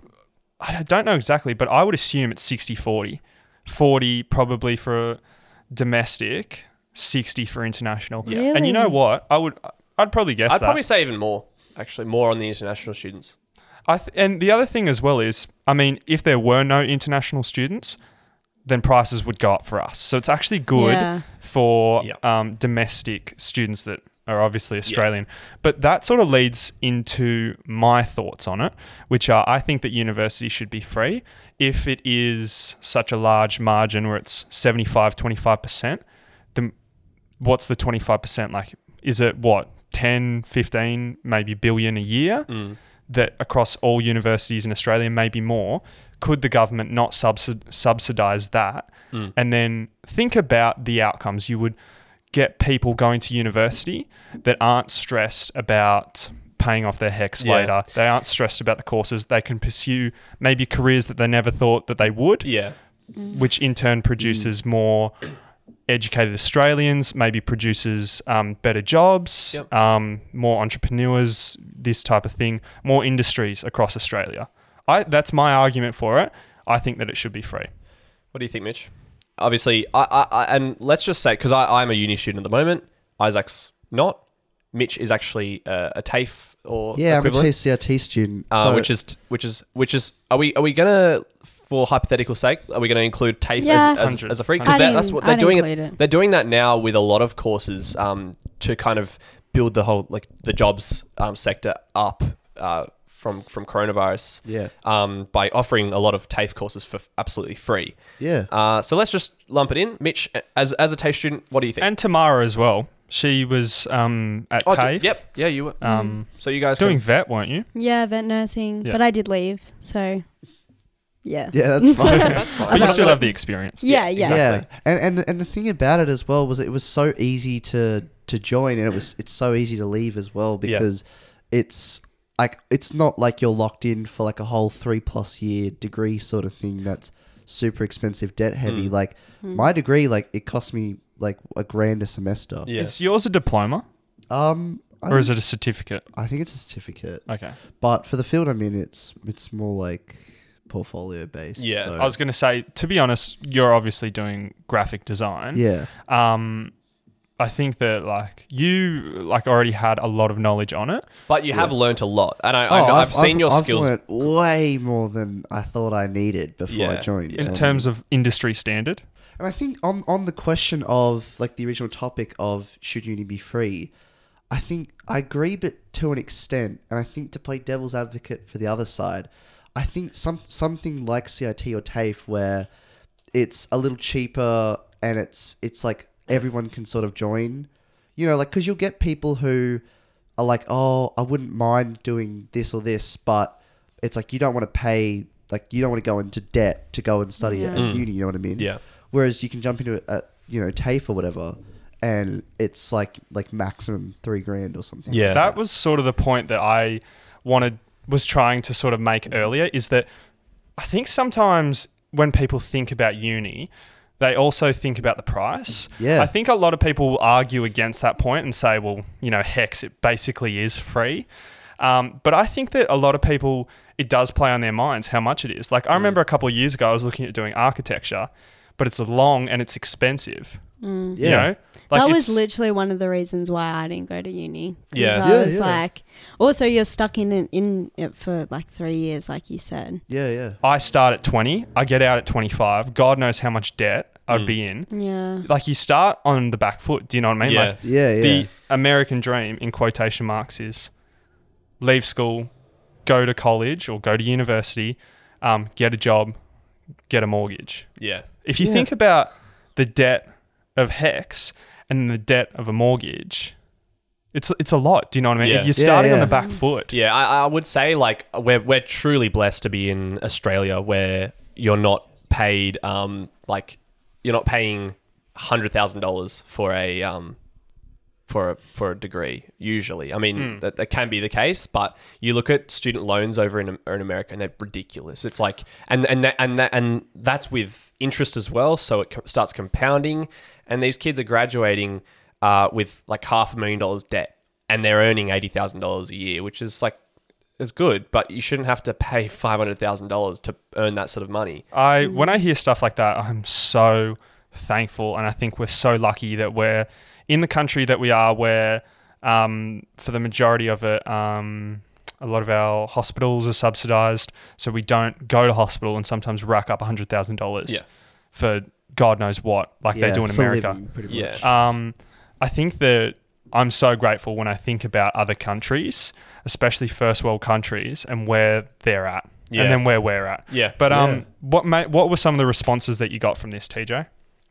Speaker 4: I don't know exactly, but I would assume it's 60 40. 40 probably for domestic, 60 for international.
Speaker 3: Yeah. Really?
Speaker 4: And you know what? I would, I'd probably guess
Speaker 5: I'd
Speaker 4: that.
Speaker 5: probably say even more, actually, more on the international students.
Speaker 4: I th- and the other thing as well is, I mean, if there were no international students, then prices would go up for us. So it's actually good
Speaker 3: Yeah.
Speaker 4: for
Speaker 5: Yeah.
Speaker 4: um, domestic students that are obviously Australian. But that sort of leads into my thoughts on it, which are I think that university should be free if it is such a large margin where it's 75, 25%. Then what's the 25%? Like, is it what, 10, 15, maybe billion a year? that across all universities in Australia, maybe more, could the government not subsid- subsidize that? And then think about the outcomes. You would get people going to university that aren't stressed about paying off their hex
Speaker 5: Yeah.
Speaker 4: later. They aren't stressed about the courses. They can pursue maybe careers that they never thought that they would
Speaker 5: Yeah.
Speaker 4: which in turn
Speaker 5: Mm.
Speaker 4: produces more educated Australians, maybe produces um, better jobs,
Speaker 5: Yep.
Speaker 4: um, more entrepreneurs, this type of thing, more industries across Australia. I, that's my argument for it. I think that it should be free.
Speaker 5: What do you think, Mitch? Obviously, I, I, I and let's just say because I'm a uni student at the moment. Isaac's not. Mitch is actually uh, a TAFE or
Speaker 2: Yeah, I'm a
Speaker 5: equivalent,
Speaker 2: TCRT student.
Speaker 5: uh,
Speaker 2: so
Speaker 5: which is which is which is. Are we are we gonna for hypothetical sake? Are we gonna include TAFE
Speaker 3: Yeah.
Speaker 5: as, as,
Speaker 4: 100.
Speaker 5: as a free?
Speaker 4: I
Speaker 5: Because that, that's
Speaker 3: didn't-
Speaker 5: what
Speaker 3: I
Speaker 5: they're
Speaker 3: didn't
Speaker 5: doing.
Speaker 3: include it.
Speaker 5: It, they're doing that now with a lot of courses um, to kind of build the whole like the jobs um, sector up uh, from from coronavirus.
Speaker 2: Yeah.
Speaker 5: Um, by offering a lot of TAFE courses for f- absolutely free.
Speaker 2: yeah.
Speaker 5: Uh, so let's just lump it in. Mitch, as as a TAFE student, what do you think?
Speaker 4: And Tamara as well. She was um, at
Speaker 5: Oh, d-
Speaker 4: TAFE.
Speaker 5: Yep. Yeah, you were.
Speaker 4: Um,
Speaker 5: so you guys
Speaker 4: Doing
Speaker 5: can-
Speaker 4: vet, weren't you?
Speaker 3: Yeah, vet nursing.
Speaker 4: Yeah.
Speaker 3: But I did leave, so yeah.
Speaker 2: yeah, that's fine.
Speaker 5: That's fine.
Speaker 4: But you still have the experience.
Speaker 3: Yeah, yeah.
Speaker 5: Exactly.
Speaker 2: Yeah, and, and and the thing about it as well was it was so easy to to join, and it was it's so easy to leave as well
Speaker 5: Yeah.
Speaker 2: because it's like it's not like you're locked in for like a whole three plus year degree sort of thing. That's super expensive, debt heavy.
Speaker 4: Hmm.
Speaker 2: Like my degree, like it cost me like a grand a semester.
Speaker 5: Yeah.
Speaker 4: Is yours a diploma
Speaker 2: Um, I,
Speaker 4: or is it a certificate?
Speaker 2: I think it's a certificate,
Speaker 4: Okay.
Speaker 2: but for the field I'm in, it's it's more like portfolio based.
Speaker 5: Yeah,
Speaker 2: so-
Speaker 4: I was going to say, to be honest, you're obviously doing graphic design.
Speaker 2: yeah,
Speaker 4: um I think that like you like already had a lot of knowledge on it.
Speaker 5: But you have learnt a lot, and I,
Speaker 2: Oh,
Speaker 5: I know, I've, seen your
Speaker 2: I've
Speaker 5: skills.
Speaker 2: learnt way more than I thought I needed before I
Speaker 5: Yeah.
Speaker 2: joined.
Speaker 4: In
Speaker 2: Um,
Speaker 4: terms of industry standard,
Speaker 2: and I think on on the question of like the original topic of should uni be free, I think I agree, but to an extent. And I think to play devil's advocate for the other side, I think some something like CIT or TAFE where it's a little cheaper and it's it's like everyone can sort of join, you know, like because you'll get people who are like, oh, I wouldn't mind doing this or this, but it's like you don't want to pay, like you don't want to go into debt to go and study at uni. You know what I mean?
Speaker 5: Yeah.
Speaker 2: Whereas you can jump into a you know TAFE or whatever, and it's like like maximum three grand or something.
Speaker 5: Yeah.
Speaker 4: that was sort of the point that I wanted was trying to sort of make
Speaker 2: Mm-hmm.
Speaker 4: earlier is that I think sometimes when people think about uni, they also think about the price.
Speaker 2: Yeah.
Speaker 4: I think a lot of people will argue against that point and say, well, you know, hex, it basically is free. Um, but I think that a lot of people, it does play on their minds how much it is. Like,
Speaker 2: Mm.
Speaker 4: I remember a couple of years ago, I was looking at doing architecture, but it's long and it's expensive.
Speaker 3: Mm-hmm.
Speaker 2: Yeah.
Speaker 4: You know? Like
Speaker 3: that was
Speaker 4: it's-
Speaker 3: literally one of the reasons why I didn't go to uni. 'Cause
Speaker 5: Yeah.
Speaker 3: I
Speaker 2: Yeah,
Speaker 3: was
Speaker 2: yeah.
Speaker 3: like, also you're stuck in it, in it for like three years, like you said.
Speaker 2: Yeah. Yeah.
Speaker 4: I start at 20, I get out at 25. God knows how much debt I'd be in.
Speaker 3: Yeah.
Speaker 4: Like, you start on the back foot. Do you know what I mean?
Speaker 5: Yeah.
Speaker 4: Like,
Speaker 2: Yeah. Yeah.
Speaker 4: the American dream, in quotation marks, is leave school, go to college or go to university, um, get a job, get a mortgage.
Speaker 5: yeah.
Speaker 4: If you
Speaker 2: Yeah.
Speaker 4: think about the debt of hex and the debt of a mortgage, it's it's a lot. Do you know what I mean?
Speaker 5: Yeah.
Speaker 4: You're starting on
Speaker 2: yeah.
Speaker 4: the back foot.
Speaker 5: Yeah, I, I would say like we're we're truly blessed to be in Australia where you're not paid um like you're not paying hundred thousand dollars for a um for a, for a degree. Usually, I mean that, that can be the case, but you look at student loans over in, in America and they're ridiculous. It's like and and that, and that, and that's with interest as well, so it co- starts compounding, and these kids are graduating uh, with like half a million dollars debt, and they're earning eighty thousand dollars a year, which is like is good, but you shouldn't have to pay five hundred thousand dollars to earn that sort of money.
Speaker 4: I when
Speaker 5: Mm.
Speaker 4: I hear stuff like that, I'm so thankful, and I think we're so lucky that we're in the country that we are, where um, for the majority of it, um, a lot of our hospitals are subsidized, so we don't go to hospital and sometimes rack up hundred thousand dollars
Speaker 5: Yeah.
Speaker 4: for God knows what, like they do in
Speaker 2: for
Speaker 4: America.
Speaker 2: living, pretty
Speaker 5: Yeah.
Speaker 2: much.
Speaker 4: Um, I think that I'm so grateful when I think about other countries, especially first world countries, and where they're at,
Speaker 5: Yeah.
Speaker 4: and then where we're at.
Speaker 5: Yeah.
Speaker 4: But um,
Speaker 2: Yeah.
Speaker 4: what ma- what were some of the responses that you got from this, TJ?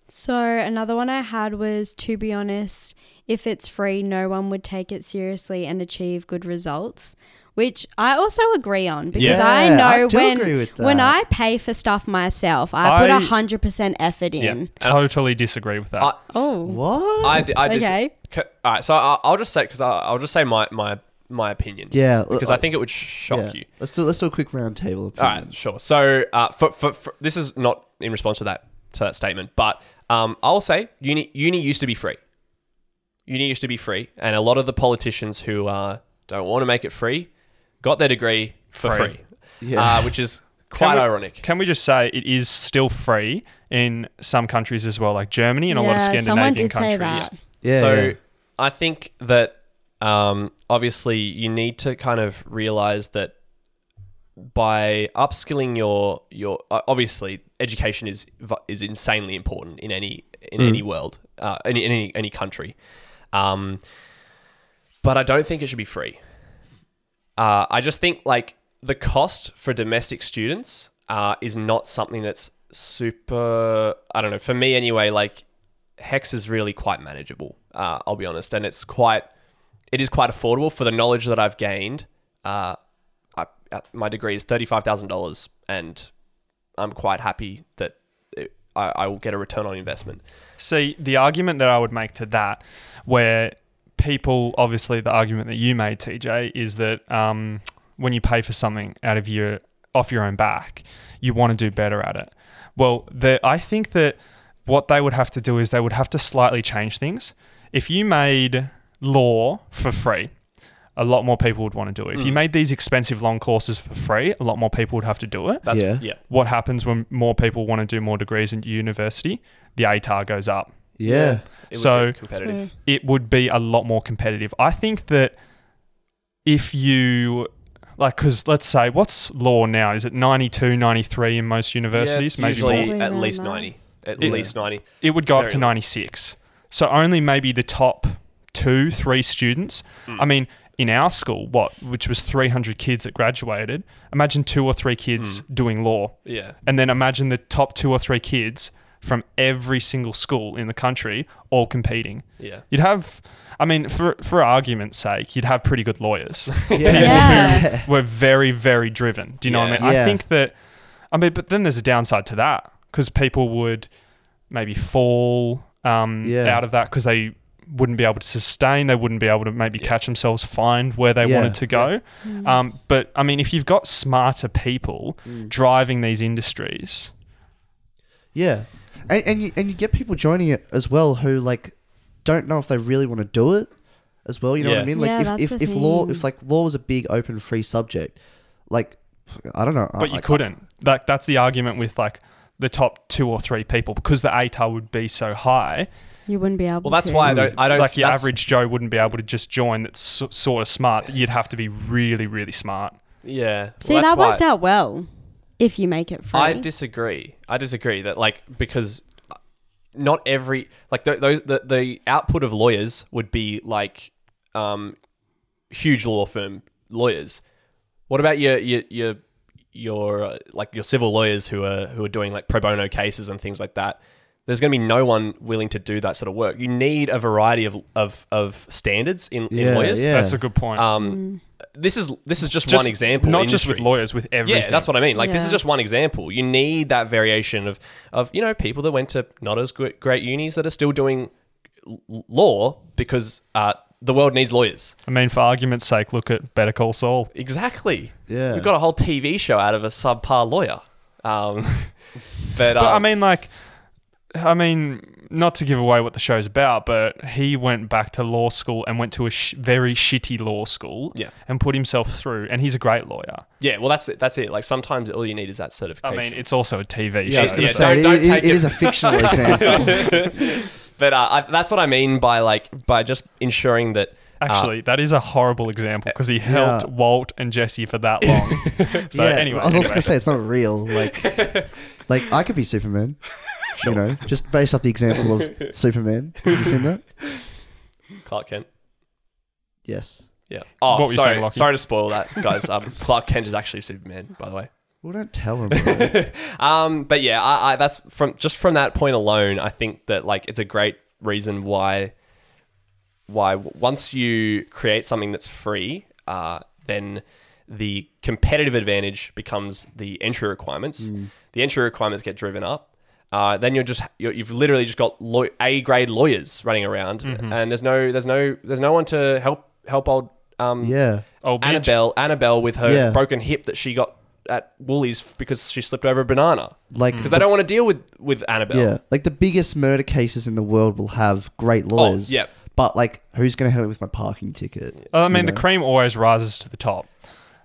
Speaker 3: So another one I had was to be honest, if it's free, no one would take it seriously and achieve good results, which I also agree on because
Speaker 2: Yeah,
Speaker 3: I know
Speaker 2: I do
Speaker 3: when
Speaker 2: agree with
Speaker 3: when
Speaker 2: that.
Speaker 3: I pay for stuff myself, I, put
Speaker 4: I-
Speaker 3: put hundred percent effort in.
Speaker 4: Totally disagree with that.
Speaker 5: Uh, I,
Speaker 3: Oh,
Speaker 2: What?
Speaker 5: I, I just,
Speaker 3: Okay.
Speaker 5: Co- all right, so I'll, I'll just say because I'll just say my my my opinion.
Speaker 2: yeah.
Speaker 5: because I think it would shock
Speaker 2: yeah. Hmm.
Speaker 5: you.
Speaker 2: Let's do let's do a quick round table.
Speaker 5: All
Speaker 2: opinion.
Speaker 5: right, sure. So uh, for, for, for this is not in response to that to that statement, but um, I'll say uni uni used to be free. Uni used to be free, and a lot of the politicians who uh, don't want to make it free got their degree for
Speaker 4: Free.
Speaker 5: free,
Speaker 2: Yeah.
Speaker 5: uh, which is quite
Speaker 4: we-
Speaker 5: ironic.
Speaker 4: Can we just say it is still free in some countries as well, like Germany and a lot of
Speaker 3: Yeah, someone
Speaker 4: Scandinavian
Speaker 3: did say
Speaker 4: countries?
Speaker 3: that.
Speaker 2: Yeah,
Speaker 5: so
Speaker 2: yeah.
Speaker 5: I think that um, obviously you need to kind of realize that by upskilling your your uh, obviously education is v- is insanely important in any
Speaker 2: Mm.
Speaker 5: in any world uh, in, in any any country, um, but I don't think it should be free. Uh, I just think like the cost for domestic students uh, is not something that's super. I don't know. For me, anyway, like Hex is really quite manageable. Uh, I'll be honest, and it's quite, it is quite affordable for the knowledge that I've gained. Uh, I, uh, my degree is thirty five thousand dollars, and I'm quite happy that it, I, I will get a return on investment.
Speaker 4: See, the argument that I would make to that, where people, obviously, the argument that you made, TJ, is that um, when you pay for something out of your off your own back, you want to do better at it. Well, the, I think that what they would have to do is they would have to slightly change things. If you made law for free, a lot more people would want to do it. If you made these expensive long courses for free, a lot more people would have to do it
Speaker 5: That's
Speaker 2: Yeah.
Speaker 5: yeah.
Speaker 4: what happens when more people want to do more degrees in university, the ATAR goes up.
Speaker 2: yeah.
Speaker 5: It would
Speaker 4: So-
Speaker 5: get competitive.
Speaker 4: It would be a lot more competitive. I think that if you like because let's say what's law now is it 92 93 in most
Speaker 5: Yeah,
Speaker 4: universities
Speaker 5: it's
Speaker 4: maybe
Speaker 5: usually
Speaker 4: more
Speaker 3: more.
Speaker 5: at least
Speaker 3: Probably around
Speaker 5: ninety. At
Speaker 4: Yeah.
Speaker 5: least ninety.
Speaker 4: it would go up
Speaker 5: very
Speaker 4: to
Speaker 5: low.
Speaker 4: 96 so only maybe the top two three students
Speaker 5: Hmm.
Speaker 4: i mean in our school what which was 300 kids that graduated imagine two or three kids
Speaker 5: Hmm.
Speaker 4: doing law
Speaker 5: Yeah.
Speaker 4: and then imagine the top two or three kids from every single school in the country all competing.
Speaker 5: Yeah.
Speaker 4: You'd have, I mean, for for argument's sake, you'd have pretty good lawyers.
Speaker 2: Yeah.
Speaker 3: Yeah.
Speaker 4: We're very very driven. Do you know what I mean?
Speaker 2: Yeah.
Speaker 4: I think that, I mean, but then there's a downside to that because people would maybe fall um,
Speaker 2: Yeah.
Speaker 4: out of that because they wouldn't be able to sustain. They wouldn't be able to maybe catch themselves, find where they
Speaker 2: Yeah.
Speaker 4: wanted to go.
Speaker 3: Mm.
Speaker 4: Um, but I mean, if you've got smarter people
Speaker 2: Mm.
Speaker 4: driving these industries,
Speaker 2: Yeah, and and you, and you get people joining it as well who like don't know if they really want to do it as well. You know what
Speaker 5: Yeah.
Speaker 2: I mean? Like
Speaker 3: Yeah, that's
Speaker 2: if if,
Speaker 3: the
Speaker 2: if law
Speaker 3: thing.
Speaker 2: if like law was a big open free subject, like I don't know. I-
Speaker 4: But you
Speaker 2: I-
Speaker 4: couldn't. Like that's the argument with like the top two or three people because the ATAR would be so high.
Speaker 3: you wouldn't be able
Speaker 5: Well, that's
Speaker 3: to.
Speaker 5: why I don't. I don't
Speaker 4: like your
Speaker 5: that's-
Speaker 4: average Joe wouldn't be able to just join. That's so, sort of smart. You'd have to be really, really smart.
Speaker 5: Yeah.
Speaker 3: See,
Speaker 5: Well, that's
Speaker 3: that
Speaker 5: why-
Speaker 3: works out well if you make it free.
Speaker 5: I disagree. I disagree that like because not every like th- those the, the output of lawyers would be like um huge law firm lawyers. What about your your your your uh, like your civil lawyers who are who are doing like pro bono cases and things like that? There's going to be no one willing to do that sort of work. You need a variety of of, of standards in,
Speaker 2: Yeah,
Speaker 5: in lawyers.
Speaker 2: yeah.
Speaker 4: That's a good point.
Speaker 5: Um, this is this is just,
Speaker 4: Just-
Speaker 5: one example.
Speaker 4: Not just with
Speaker 5: industry.
Speaker 4: lawyers, with everything.
Speaker 5: Yeah, that's what I mean. Like this is
Speaker 3: Yeah.
Speaker 5: just one example. You need that variation of of you know people that went to not as good, great unis that are still doing l- law because uh, the world needs lawyers.
Speaker 4: I mean, for argument's sake, look at Better Call Saul.
Speaker 5: Exactly.
Speaker 2: Yeah.
Speaker 5: We've got a whole TV show out of a subpar lawyer. Um, but,
Speaker 4: But
Speaker 5: um,
Speaker 4: I mean, like, I mean, not to give away what the show's about, but he went back to law school and went to a sh- very shitty law school
Speaker 5: Yeah.
Speaker 4: and put himself through, and he's a great lawyer.
Speaker 5: yeah, well, that's it. That's it. Like sometimes all you need is that certification.
Speaker 4: I mean, it's also a TV
Speaker 2: Yeah, I was going
Speaker 4: show.
Speaker 2: to
Speaker 5: yeah,
Speaker 4: so-
Speaker 2: say,
Speaker 5: don't- don't
Speaker 2: it- it-
Speaker 5: take
Speaker 2: it
Speaker 5: it.
Speaker 2: is a fictional example.
Speaker 5: but uh, I, that's what I mean by like by just ensuring that uh,
Speaker 4: Actually, that is a horrible example because he helped
Speaker 2: Yeah.
Speaker 4: Walt and Jesse for that long. so
Speaker 2: yeah,
Speaker 4: anyway,
Speaker 2: I was also
Speaker 4: anyway.
Speaker 2: gonna say it's not real. Like, like I could be Superman. You know, just based off the example of Superman. Have you seen that?
Speaker 5: Clark Kent.
Speaker 2: Yes.
Speaker 5: Yeah. Oh,
Speaker 4: What were you
Speaker 5: sorry.
Speaker 4: saying, Lachie?
Speaker 5: sorry to spoil that, guys. Um, Clark Kent is actually Superman, by the way.
Speaker 2: Well, don't tell him. bro.
Speaker 5: Um, but yeah, I, I that's from just from that point alone. I think that like it's a great reason why why w- once you create something that's free, uh, then the competitive advantage becomes the entry requirements.
Speaker 4: Mm.
Speaker 5: The entry requirements get driven up. Uh, then you're just you're, you've literally just got law- A grade lawyers running around,
Speaker 4: Mm-hmm.
Speaker 5: and there's no there's no there's no one to help help old um,
Speaker 2: yeah.
Speaker 4: Oh, bitch.
Speaker 5: Annabelle Annabelle with her
Speaker 2: Yeah.
Speaker 5: broken hip that she got at Woolies f- because she slipped over a banana
Speaker 2: Like
Speaker 5: because they don't want to deal with with Annabelle.
Speaker 2: Yeah, like the biggest murder cases in the world will have great lawyers.
Speaker 5: Oh, yeah. Oh,
Speaker 2: But like, who's gonna help me with my parking ticket?
Speaker 4: I mean,
Speaker 2: you
Speaker 4: the
Speaker 2: know?
Speaker 4: cream always rises to the top.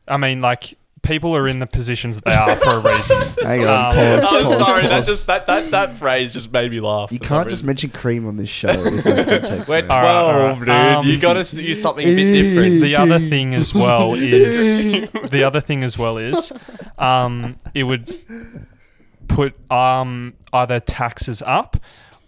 Speaker 4: I mean, like people are in the positions that they are for a reason.
Speaker 2: Hang on,
Speaker 4: Um,
Speaker 2: pause,
Speaker 5: I'm
Speaker 2: pause,
Speaker 5: Oh, sorry, that
Speaker 2: pause.
Speaker 5: just that, that that phrase just made me laugh.
Speaker 2: you
Speaker 5: for some
Speaker 2: can't just
Speaker 5: reason.
Speaker 2: mention cream on this show. With no context,
Speaker 5: We're
Speaker 2: man.
Speaker 4: All right, all right.
Speaker 5: twelve, dude.
Speaker 4: Um,
Speaker 5: you got to use something a bit different.
Speaker 4: The other thing as well is the other thing as well is um, it would put um, either taxes up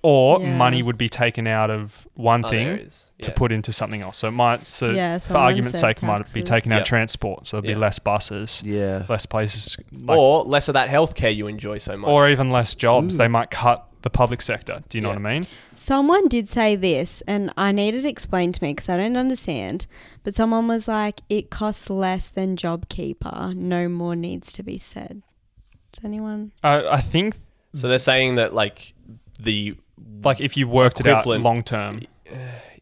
Speaker 4: or
Speaker 3: Yeah.
Speaker 4: money would be taken out of one
Speaker 5: Other
Speaker 4: thing
Speaker 5: areas,
Speaker 4: to
Speaker 5: Oh, yeah.
Speaker 4: put into something else. So it might so
Speaker 3: Yeah,
Speaker 4: for
Speaker 3: someone
Speaker 4: argument's
Speaker 3: said
Speaker 4: sake might be
Speaker 3: taxes.
Speaker 4: taken out
Speaker 5: Yeah.
Speaker 4: transport, so there'll
Speaker 5: Yeah.
Speaker 4: be less buses,
Speaker 2: Yeah.
Speaker 4: less places like,
Speaker 5: or less of that healthcare you enjoy so much.
Speaker 4: or even less jobs.
Speaker 2: Ooh.
Speaker 4: They might cut the public sector. Do you know
Speaker 5: Yeah.
Speaker 4: what I mean?
Speaker 3: Someone did say this, and I needed it explained to me because I don't understand. But someone was like, "It costs less than JobKeeper. No more needs to be said." Does anyone?
Speaker 4: Uh, I, I think
Speaker 5: so they're saying that like the
Speaker 4: like if you worked it out
Speaker 5: Equivalent.
Speaker 4: long term,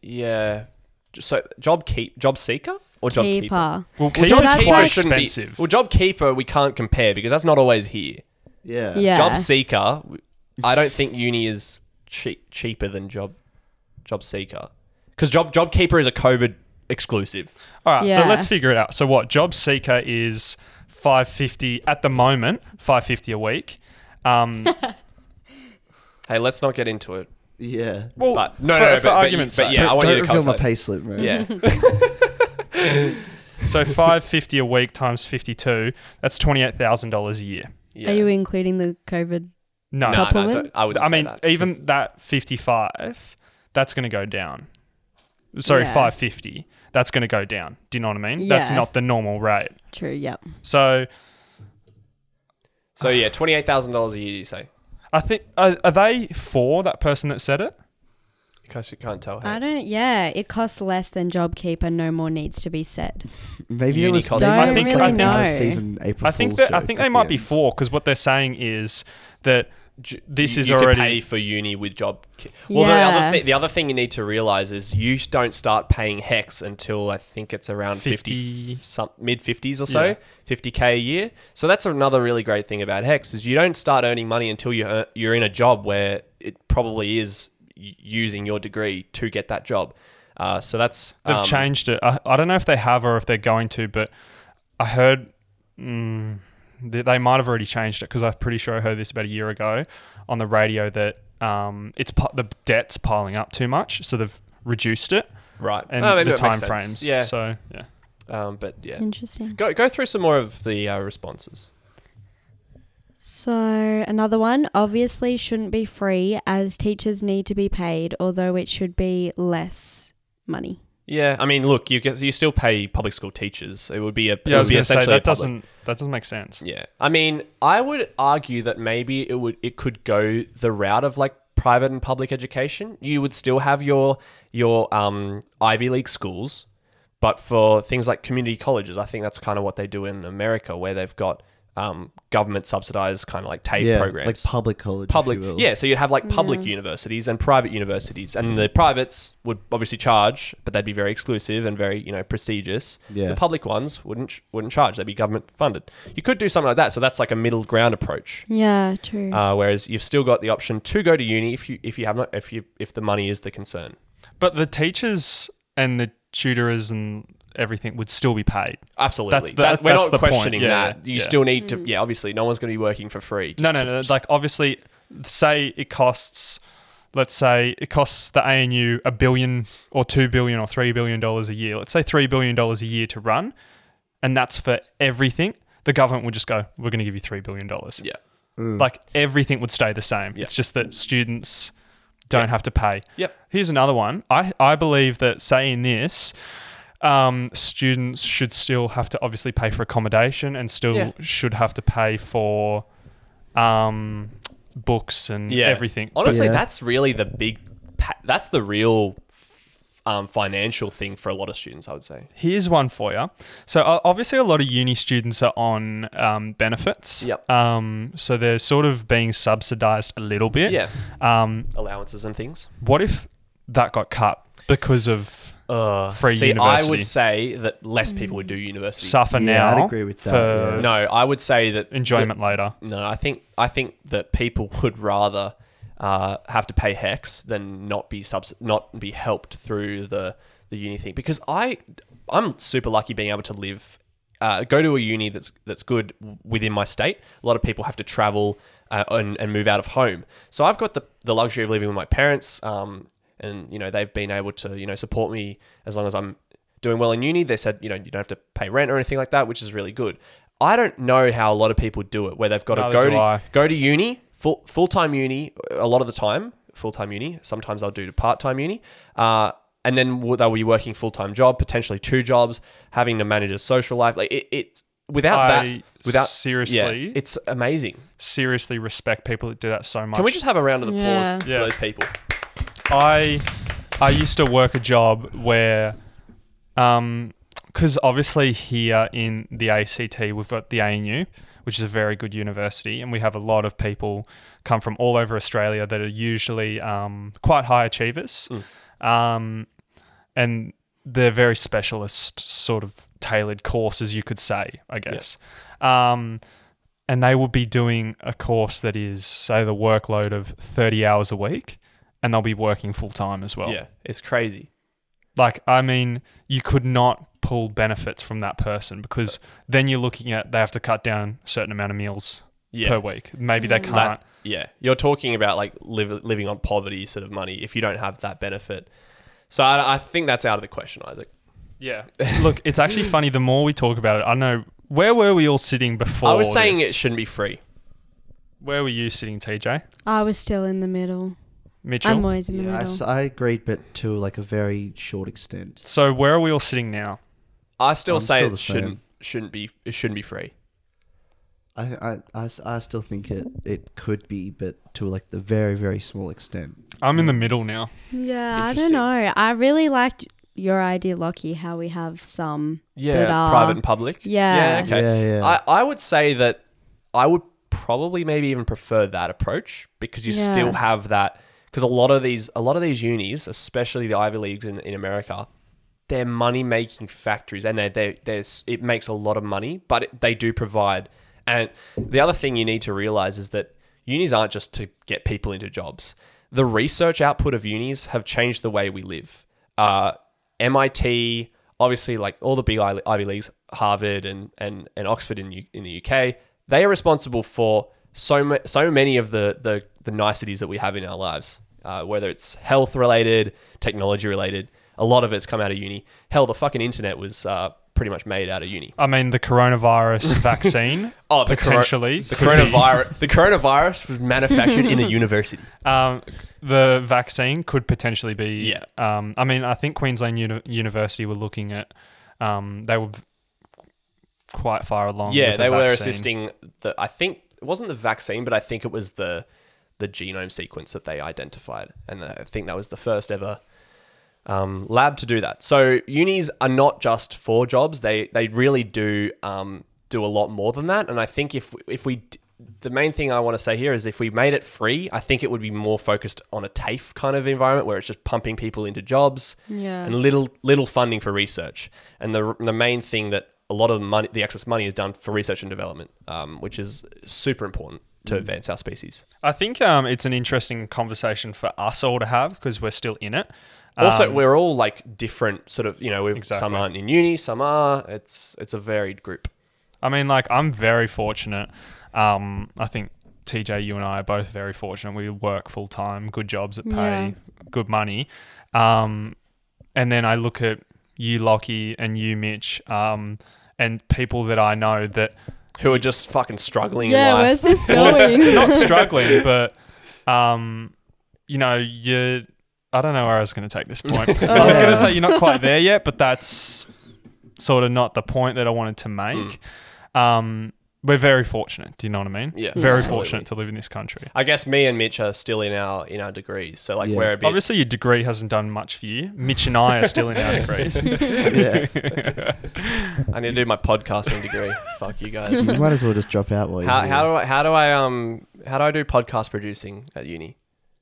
Speaker 5: yeah, j- so job keep job seeker or job keeper.
Speaker 3: Keeper.
Speaker 4: well,
Speaker 5: Well,
Speaker 4: keep
Speaker 3: Job
Speaker 5: job
Speaker 3: that's
Speaker 5: keeper
Speaker 3: like-
Speaker 5: shouldn't
Speaker 4: expensive.
Speaker 5: Be, well, job keeper we can't compare because that's not always here.
Speaker 2: Yeah.
Speaker 3: Yeah.
Speaker 5: Job seeker, w- I don't think uni is cheap, cheaper than job job seeker because job job keeper is a COVID exclusive.
Speaker 4: All right, so
Speaker 3: Yeah.
Speaker 4: let's figure it out. So what? Job seeker is five fifty at the moment, five fifty a week. Um,
Speaker 5: Hey, let's not get into it.
Speaker 2: Yeah.
Speaker 4: well,
Speaker 5: But no, no,
Speaker 4: for,
Speaker 5: no, but-
Speaker 4: for
Speaker 5: but
Speaker 4: argument's
Speaker 5: you- but
Speaker 4: sake.
Speaker 5: yeah, I
Speaker 2: don't
Speaker 5: want you to
Speaker 2: reveal my
Speaker 5: calculate.
Speaker 2: payslip, man.
Speaker 5: Yeah,
Speaker 4: So five fifty a week times fifty two, that's twenty eight thousand dollars a year.
Speaker 5: yeah.
Speaker 3: Are you including the COVID?
Speaker 5: no,
Speaker 4: No,
Speaker 5: no,
Speaker 3: Supplement?
Speaker 5: don't- I would.
Speaker 4: I mean
Speaker 5: because
Speaker 4: even that fifty five, that's going to go down. Sorry,
Speaker 3: Yeah.
Speaker 4: five fifty. That's going to go down. Do you know what I mean? That's
Speaker 3: Yeah.
Speaker 4: not the normal rate.
Speaker 3: True. Yep.
Speaker 4: So
Speaker 5: so yeah, twenty eight thousand dollars a year. You say
Speaker 4: I think are, are they for that person that said it?
Speaker 5: because you can't tell.
Speaker 3: I
Speaker 5: Hey.
Speaker 3: don't. Yeah, it costs less than JobKeeper. No more needs to be said.
Speaker 2: Maybe
Speaker 5: Uni
Speaker 2: it was.
Speaker 5: costs-
Speaker 2: maybe
Speaker 3: Don't
Speaker 2: it was
Speaker 4: really
Speaker 2: like a
Speaker 4: know.
Speaker 2: live season April
Speaker 4: I think
Speaker 2: Fool's
Speaker 4: that I
Speaker 2: joke
Speaker 4: think
Speaker 2: at
Speaker 4: they
Speaker 2: the
Speaker 4: might be
Speaker 2: end.
Speaker 4: for because what they're saying is that j- this
Speaker 5: You-
Speaker 4: is
Speaker 5: you could
Speaker 4: already
Speaker 5: pay for uni with job. Ke- Well, the
Speaker 3: Yeah.
Speaker 5: other thing the other thing you need to realize is you s- don't start paying hex until I think it's around 50,
Speaker 4: 50.
Speaker 5: some mid fifties or so,
Speaker 4: Yeah.
Speaker 5: fifty k a year. So that's another really great thing about hex is you don't start earning money until you earn, you're in a job where it probably is y- using your degree to get that job. Uh, so that's
Speaker 4: They've
Speaker 5: um,
Speaker 4: changed it. I, I don't know if they have or if they're going to, but I heard mm, they, they might have already changed it because I'm pretty sure I heard this about a year ago on the radio that um, it's pi- the debt's piling up too much, so they've reduced it
Speaker 5: right
Speaker 4: and
Speaker 5: Oh, maybe
Speaker 4: the
Speaker 5: that makes
Speaker 4: time
Speaker 5: sense.
Speaker 4: frames.
Speaker 5: Yeah,
Speaker 4: So yeah,
Speaker 5: um, but yeah,
Speaker 3: Interesting.
Speaker 5: go go through some more of the uh, responses.
Speaker 3: So, another one obviously shouldn't be free as teachers need to be paid, although it should be less money.
Speaker 5: Yeah, I mean, look, you get you still pay public school teachers. It would be a
Speaker 4: yeah. I
Speaker 5: it
Speaker 4: was
Speaker 5: would be
Speaker 4: going to say
Speaker 5: essentially a
Speaker 4: that
Speaker 5: public-
Speaker 4: doesn't that doesn't make sense.
Speaker 5: Yeah, I mean, I would argue that maybe it would it could go the route of like private and public education. You would still have your your um, Ivy League schools, but for things like community colleges, I think that's kind of what they do in America, where they've got um, government subsidized kind of like TAFE
Speaker 2: yeah,
Speaker 5: programs.
Speaker 2: like public college, if
Speaker 5: public
Speaker 2: you will.
Speaker 5: yeah so you'd have like public universities and private universities
Speaker 4: Mm.
Speaker 5: and the privates would obviously charge but they'd be very exclusive and very you know prestigious
Speaker 2: Yeah.
Speaker 5: the public ones wouldn't wouldn't charge they'd be government funded you could do something like that so that's like a middle ground approach
Speaker 3: Yeah, true.
Speaker 5: uh, whereas you've still got the option to go to uni if you if you have not if you if the money is the concern
Speaker 4: But the teachers and the tutors and everything would still be paid.
Speaker 5: absolutely
Speaker 4: That's the-
Speaker 5: That- we're
Speaker 4: that's
Speaker 5: not
Speaker 4: the point.
Speaker 5: questioning
Speaker 4: Yeah,
Speaker 5: that
Speaker 4: yeah,
Speaker 5: you
Speaker 4: yeah.
Speaker 5: still need to yeah obviously no one's going to be working for free
Speaker 4: No,
Speaker 5: Just-
Speaker 4: no, no.
Speaker 5: just-
Speaker 4: Like obviously, say it costs, let's say it costs the ANU a billion or two billion or three billion dollars a year. Let's say three billion dollars a year to run, and that's for everything. The government would just go, "We're going to give you three billion dollars."
Speaker 5: yeah
Speaker 4: Like everything would stay the same.
Speaker 5: Mm. Yeah.
Speaker 4: It's just that students don't have to pay.
Speaker 5: Yep.
Speaker 4: Here's another one. I I believe that saying this. Um, students should still have to obviously pay for accommodation and still
Speaker 5: Yeah.
Speaker 4: should have to pay for um, books and
Speaker 5: yeah.
Speaker 4: everything.
Speaker 5: Honestly,
Speaker 2: Yeah.
Speaker 5: that's really the big. Pa- that's the real f- um, financial thing for a lot of students. I would say.
Speaker 4: Here's one for you. So o- obviously, a lot of uni students are on um, benefits.
Speaker 5: Yep.
Speaker 4: Um, so they're sort of being subsidised a little bit.
Speaker 5: Yeah,
Speaker 4: Um,
Speaker 5: allowances and things.
Speaker 4: what if that got cut because of
Speaker 5: Uh,
Speaker 4: Free
Speaker 5: see, I
Speaker 4: university.
Speaker 5: would say that less people would do university.
Speaker 4: suffer
Speaker 2: Yeah, I'd
Speaker 4: now?
Speaker 2: agree with that,
Speaker 4: For
Speaker 2: yeah.
Speaker 5: no, I would say that
Speaker 4: enjoyment later.
Speaker 5: no, I think I think that people would rather uh, have to pay hex than not be subs- not be helped through the the uni thing because I I'm super lucky being able to live uh, go to a uni that's that's good within my state. A lot of people have to travel uh, and, and move out of home, so I've got the the luxury of living with my parents. Um, and you know they've been able to you know support me as long as I'm doing well in uni. They said, you know, you don't have to pay rent or anything like that, which is really good. I don't know how a lot of people do it, where they've got
Speaker 4: Neither
Speaker 5: to go
Speaker 4: do
Speaker 5: to
Speaker 4: I.
Speaker 5: go to uni, full full time uni, a lot of the time, full time uni. Sometimes I'll do to part time uni, uh, and then w- they'll be working full time job, potentially two jobs, having to manage a social life. Like it, it without
Speaker 4: I
Speaker 5: that, without
Speaker 4: seriously-
Speaker 5: yeah, it's amazing.
Speaker 4: Seriously, respect people that do that so much.
Speaker 5: Can we just have a round of applause
Speaker 3: Yeah.
Speaker 5: for
Speaker 4: Yeah.
Speaker 5: those people?
Speaker 4: I I used to work a job where um because obviously here in the ACT we've got the ANU which is a very good university and we have a lot of people come from all over Australia that are usually um, quite high achievers um, and they're very specialist sort of tailored courses you could say I guess um, and they will be doing a course that is say the workload of 30 hours a week and they'll be working full time as well
Speaker 5: Yeah, it's crazy.
Speaker 4: like i mean you could not pull benefits from that person because then you're looking at they have to cut down a certain amount of meals
Speaker 5: Yeah,
Speaker 4: per week maybe
Speaker 5: Mm.
Speaker 4: they can't
Speaker 5: That- yeah, you're talking about like live, living on poverty sort of money if you don't have that benefit. So I, I think that's out of the question, Isaac.
Speaker 4: yeah look it's actually funny the more we talk about it i know where were we all sitting before
Speaker 5: I was saying
Speaker 4: this?
Speaker 5: it shouldn't be free.
Speaker 4: where were you sitting tj
Speaker 3: I was still in the middle. I'm
Speaker 4: mitchell
Speaker 3: always in the
Speaker 2: Yeah, I,
Speaker 3: middle.
Speaker 2: s- I agreed, but to like a very short extent.
Speaker 4: so where are we all sitting now
Speaker 5: I still
Speaker 2: I'm
Speaker 5: say
Speaker 2: still the
Speaker 5: it shouldn't shouldn't be it shouldn't be free.
Speaker 2: I, I, I s- I still think it, it could be, but to like the very, very small extent.
Speaker 4: i'm in the middle now
Speaker 3: yeah, I don't
Speaker 5: Interesting.
Speaker 3: know. I really liked your idea, Lockie, how we have some that are
Speaker 5: private and public.
Speaker 3: Yeah.
Speaker 5: yeah, okay.
Speaker 2: Yeah, yeah.
Speaker 5: I, I would say that I would probably maybe even prefer that approach because you
Speaker 3: Yeah.
Speaker 5: still have that because a lot of these a lot of these unis, especially the Ivy Leagues in, in America, they're money making factories and they they there's it makes a lot of money, but it, they do provide. And the other thing you need to realize is that unis aren't just to get people into jobs. The research output of unis have changed the way we live. Uh, MIT, obviously, like all the big I- Ivy Leagues, Harvard and and and Oxford in U- in the UK, they are responsible for so ma- so many of the the the niceties that we have in our lives. Uh, whether it's health related, technology related, a lot of it's come out of uni. Hell, the fucking internet was uh, pretty much made out of uni.
Speaker 4: i mean the coronavirus vaccine
Speaker 5: Oh, the coro-
Speaker 4: potentially
Speaker 5: The
Speaker 4: could be-
Speaker 5: coronavirus, the coronavirus was manufactured in a university.
Speaker 4: Um, the vaccine could potentially be.
Speaker 5: Yeah.
Speaker 4: Um, I mean, I think Queensland Uni- University were looking at. Um, they were v- quite far along.
Speaker 5: Yeah,
Speaker 4: with the
Speaker 5: they were
Speaker 4: vaccine.
Speaker 5: assisting the. I think it wasn't the vaccine, but I think it was the the genome sequence that they identified, and I think that was the first ever um, lab to do that. So unis are not just for jobs; they they really do um, do a lot more than that. And I think if if we d- the main thing I want to say here is if we made it free, I think it would be more focused on a TAFE kind of environment where it's just pumping people into jobs
Speaker 3: Yeah.
Speaker 5: and little little funding for research. And the the main thing that a lot of the money, the excess money, is done for research and development, um, which is super important to advance our species.
Speaker 4: I think um, it's an interesting conversation for us all to have because we're still in it.
Speaker 5: Also,
Speaker 4: Um,
Speaker 5: we're all like different, sort of. You know, we've, some
Speaker 4: Exactly.
Speaker 5: aren't in uni, some are. It's it's a varied group.
Speaker 4: I mean, like, I'm very fortunate. Um, I think TJ, you and I are both very fortunate. We work full time, good jobs that pay
Speaker 3: Yeah.
Speaker 4: good money. Um, and then I look at you, Lockie, and you, Mitch, um, and people that I know that
Speaker 5: Who are just fucking struggling in
Speaker 3: Yeah,
Speaker 5: life.
Speaker 3: where's this going?
Speaker 4: not struggling, but um, you know, you're. I don't know where I was going to take this point. I was going to say you're not quite there yet, but that's sort of not the point that I wanted to make. Um, we're very fortunate. Do you know what I mean?
Speaker 5: Hmm. Yeah,
Speaker 4: Very
Speaker 5: absolutely.
Speaker 4: fortunate to live in this country.
Speaker 5: I guess me and Mitch are still in our in our degrees, so like
Speaker 2: Yeah.
Speaker 5: we're a bit.
Speaker 4: Obviously, your degree hasn't done much for you. Mitch and I are still in our degrees.
Speaker 2: yeah.
Speaker 5: I need to do my podcasting degree. Fuck you guys.
Speaker 2: you might as well just drop out while you're
Speaker 5: How,
Speaker 2: here.
Speaker 5: how do I how do I um how do I do podcast producing at uni?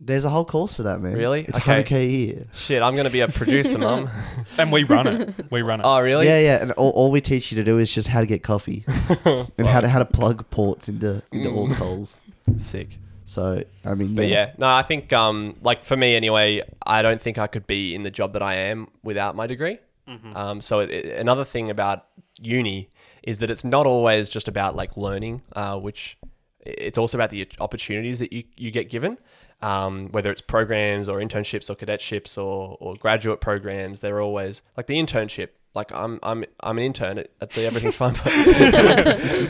Speaker 2: There's a whole course for that, man.
Speaker 5: Really?
Speaker 2: It's
Speaker 5: Okay.
Speaker 2: 100k a year.
Speaker 5: Shit, I'm gonna be a producer, mum.
Speaker 4: and we run it. We run it.
Speaker 5: Oh, really?
Speaker 2: Yeah, yeah. And all, all we teach you to do is just how to get coffee and how to how to plug ports into into all tolls.
Speaker 5: Sick.
Speaker 2: So I mean,
Speaker 5: mm. But yeah, no, I think um like for me anyway, I don't think I could be in the job that I am without my degree. Um, so it, it- another thing about uni is that it's not always just about like learning, uh, which it's also about the opportunities that you, you get given. Um, whether it's programs or internships or cadetships or, or graduate programs, they're always like the internship. Like I'm I'm I'm an intern at, at the Everything's Fine.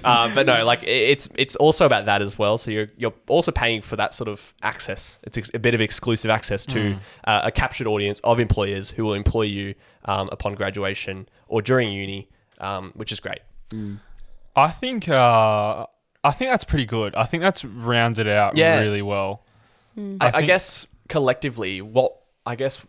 Speaker 5: um, but no, like it- it's it's also about that as well. So you're you're also paying for that sort of access. It's ex- a bit of exclusive access to uh, a captured audience of employers who will employ you um, upon graduation or during uni, um, which is great.
Speaker 4: I think. Uh, I think that's pretty good. I think that's rounded out
Speaker 5: Yeah.
Speaker 4: really well.
Speaker 5: I, I
Speaker 4: think-
Speaker 5: guess collectively, what I guess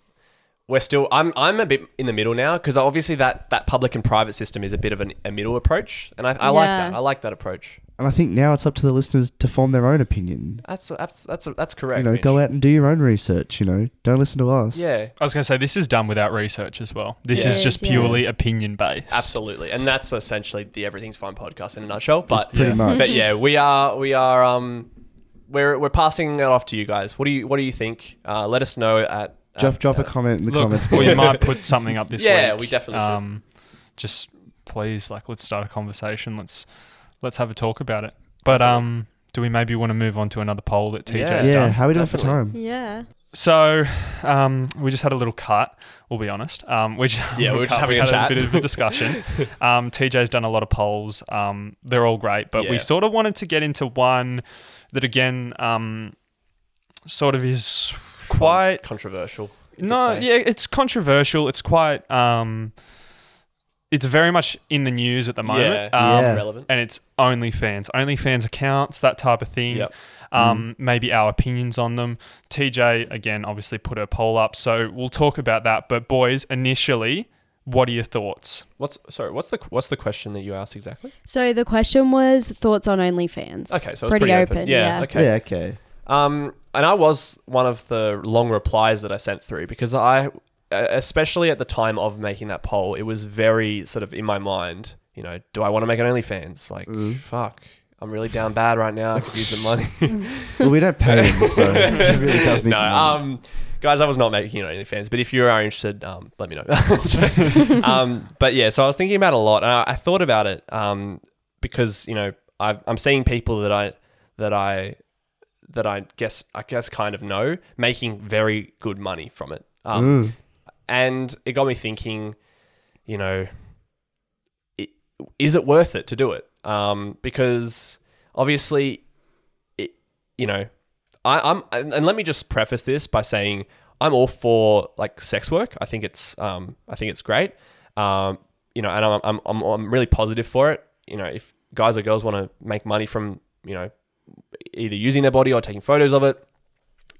Speaker 5: we're still. I'm I'm a bit in the middle now because obviously that that public and private system is a bit of an, a middle approach, and I, I like
Speaker 3: Yeah.
Speaker 5: that. I like that approach.
Speaker 2: and I think now it's up to the listeners to form their own opinion.
Speaker 5: That's that's that's, that's correct.
Speaker 2: you know,
Speaker 5: Mitch.
Speaker 2: go out and do your own research. You know, don't listen to us.
Speaker 5: Yeah.
Speaker 4: I was going to say this is done without research as well. This
Speaker 5: Yeah.
Speaker 4: is
Speaker 3: It
Speaker 4: just
Speaker 3: is, yeah.
Speaker 4: purely opinion based.
Speaker 5: Absolutely, and that's essentially the Everything's Fine podcast in a nutshell. But
Speaker 2: pretty
Speaker 4: Yeah.
Speaker 2: much.
Speaker 5: but yeah, we are we are um we're we're passing it off to you guys. What do you what do you think? Uh, let us know at. at-
Speaker 2: Drop drop a
Speaker 5: uh,
Speaker 2: comment in the comments.
Speaker 4: Look, we might put something up this
Speaker 5: Yeah,
Speaker 4: week.
Speaker 5: we definitely should.
Speaker 4: Um, just please, like, let's start a conversation. Let's let's have a talk about it. But um, do we maybe want to move on to another poll that TJ's
Speaker 5: Yeah.
Speaker 2: yeah,
Speaker 5: it's
Speaker 4: done?
Speaker 2: how we doing for
Speaker 5: Definitely.
Speaker 2: time?
Speaker 3: yeah.
Speaker 4: So um, we just had a little cut. We'll be honest. Um, we just
Speaker 5: Yeah, we were
Speaker 4: we
Speaker 5: just having
Speaker 4: having
Speaker 5: a chat.
Speaker 4: bit of a discussion. um, TJ's done a lot of polls. Um, they're all great, but
Speaker 5: Yeah.
Speaker 4: we sort of wanted to get into one that again um, sort of is quite
Speaker 5: controversial. you could
Speaker 4: no,
Speaker 5: say.
Speaker 4: yeah, it's controversial. It's quite um it's very much in the news at the moment.
Speaker 5: Yeah,
Speaker 4: Um,
Speaker 5: it's
Speaker 2: Yeah.
Speaker 5: relevant.
Speaker 4: and it's OnlyFans. OnlyFans accounts, that type of thing.
Speaker 5: Yep.
Speaker 4: Um, maybe our opinions on them. TJ again obviously put her poll up, so we'll talk about that. But boys, initially, what are your thoughts?
Speaker 5: What's sorry? What's the what's the question that you asked exactly?
Speaker 3: So the question was thoughts on OnlyFans.
Speaker 5: Okay, so it's pretty, open. Yeah. Okay.
Speaker 2: Yeah. Okay.
Speaker 5: Um, and I was one of the long replies that I sent through because I, e, especially at the time of making that poll, it was very sort of in my mind. You know, do I want to make an OnlyFans? Like, fuck, I'm really down bad right now. I could use the money.
Speaker 2: Well, we don't pay him, so it really does need.
Speaker 5: no,
Speaker 2: money.
Speaker 5: um, guys, I was not making an OnlyFans, but if you are interested, um, let me know. um, but yeah, so I was thinking about it a lot, and I, I thought about it um, because you know I've, I'm seeing people that I that I that I guess I guess kind of know making very good money from it, um,
Speaker 2: Mm.
Speaker 5: and it got me thinking, you know, i- is it worth it to do it? Um, because obviously, it, you know, I, I'm and and let me just preface this by saying I'm all for like sex work. I think it's um, I think it's great. Um, you know, and I'm, I'm, I'm, I'm really positive for it. You know, if guys or girls want to make money from you know either using their body or taking photos of it,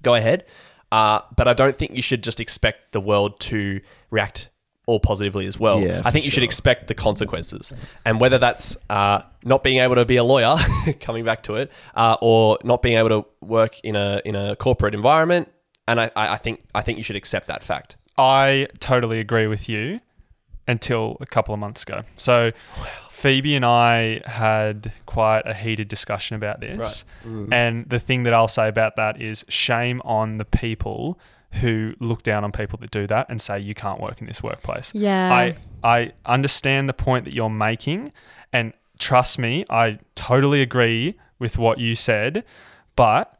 Speaker 5: go ahead. Uh, but I don't think you should just expect the world to react or positively as well.
Speaker 2: Yeah,
Speaker 5: I think
Speaker 2: for
Speaker 5: you should
Speaker 2: sure.
Speaker 5: expect the consequences, and whether that's uh, not being able to be a lawyer, coming back to it, uh, or not being able to work in a in a corporate environment. And I, I I think I think you should accept that fact.
Speaker 4: I totally agree with you until a couple of months ago. So Phoebe and I had quite a heated discussion about this. And the thing that I'll say about that is shame on the people who look down on people that do that and say you can't work in this workplace.
Speaker 3: Yeah.
Speaker 4: I I understand the point that you're making and trust me, I totally agree with what you said, but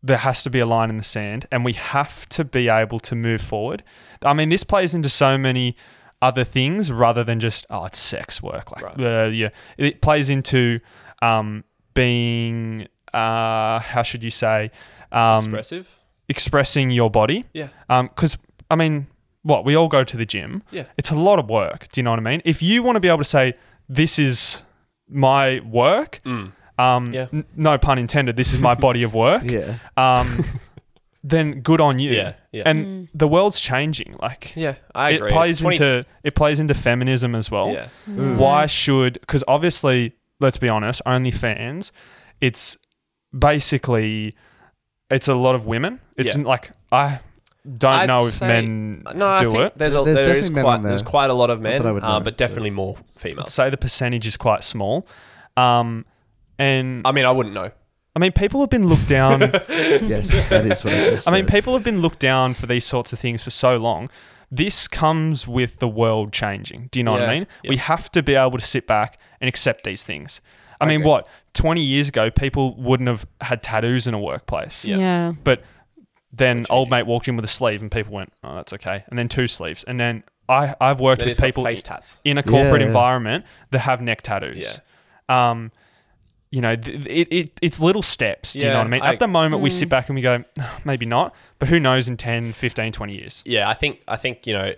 Speaker 4: there has to be a line in the sand and we have to be able to move forward. I mean, this plays into so many other things rather than just, oh, it's sex work. Like, uh, yeah, it plays into um, being, uh, how should you say, um,
Speaker 5: Expressive.
Speaker 4: expressing your body.
Speaker 5: Yeah.
Speaker 4: Because, I mean, what? We all go to the gym.
Speaker 5: Yeah.
Speaker 4: It's a lot of work. Do you know what I mean? If you want to be able to say, this is my work,
Speaker 5: Mm.
Speaker 4: um,
Speaker 5: Yeah.
Speaker 4: n- no pun intended, this is my body of work
Speaker 2: Yeah.
Speaker 4: um, then good on you.
Speaker 5: Yeah, yeah.
Speaker 4: And the world's changing. Like
Speaker 5: Yeah, I
Speaker 4: it
Speaker 5: agree.
Speaker 4: plays
Speaker 5: It's 20
Speaker 4: into it plays into feminism as well.
Speaker 5: Mm. yeah.
Speaker 4: Why should? Because obviously, let's be honest. OnlyFans, it's basically it's a lot of women. It's
Speaker 5: Yeah.
Speaker 4: like I don't
Speaker 5: I'd
Speaker 4: know if
Speaker 5: say-
Speaker 4: men
Speaker 5: No, I
Speaker 4: do
Speaker 5: think
Speaker 4: it.
Speaker 5: there's a,
Speaker 2: There's
Speaker 5: there is
Speaker 2: definitely men
Speaker 5: quite
Speaker 2: on
Speaker 5: there's
Speaker 2: there.
Speaker 5: quite a lot of
Speaker 2: that
Speaker 5: men,
Speaker 2: I would
Speaker 5: uh,
Speaker 2: know,
Speaker 5: but definitely more females.
Speaker 4: So the percentage is quite small. Um, and
Speaker 5: I mean, I wouldn't know.
Speaker 4: I mean, people have been looked down.
Speaker 2: Yes, that is what I just
Speaker 4: I mean,
Speaker 2: said.
Speaker 4: people have been looked down for these sorts of things for so long. This comes with the world changing. Do you know what I
Speaker 5: Yeah.
Speaker 4: mean?
Speaker 5: Yeah.
Speaker 4: We have to be able to sit back and accept these things. I mean,
Speaker 5: agree.
Speaker 4: what? 20 years ago, people wouldn't have had tattoos in a workplace.
Speaker 5: Yeah.
Speaker 3: yeah.
Speaker 4: But then old mate walked in with a sleeve and people went, oh, that's okay. And then two sleeves. And then I, I've worked
Speaker 5: Then
Speaker 4: with
Speaker 5: it's got
Speaker 4: people
Speaker 5: face tats.
Speaker 4: in a corporate
Speaker 2: Yeah.
Speaker 4: environment that have neck tattoos. Um, you know, th- it, it it's little steps. Do you know
Speaker 5: Yeah,
Speaker 4: what I mean?
Speaker 5: I-
Speaker 4: At the moment, we sit back and we go, maybe not, but who knows in 10, 15, 20 years?
Speaker 5: Yeah, I think I think you know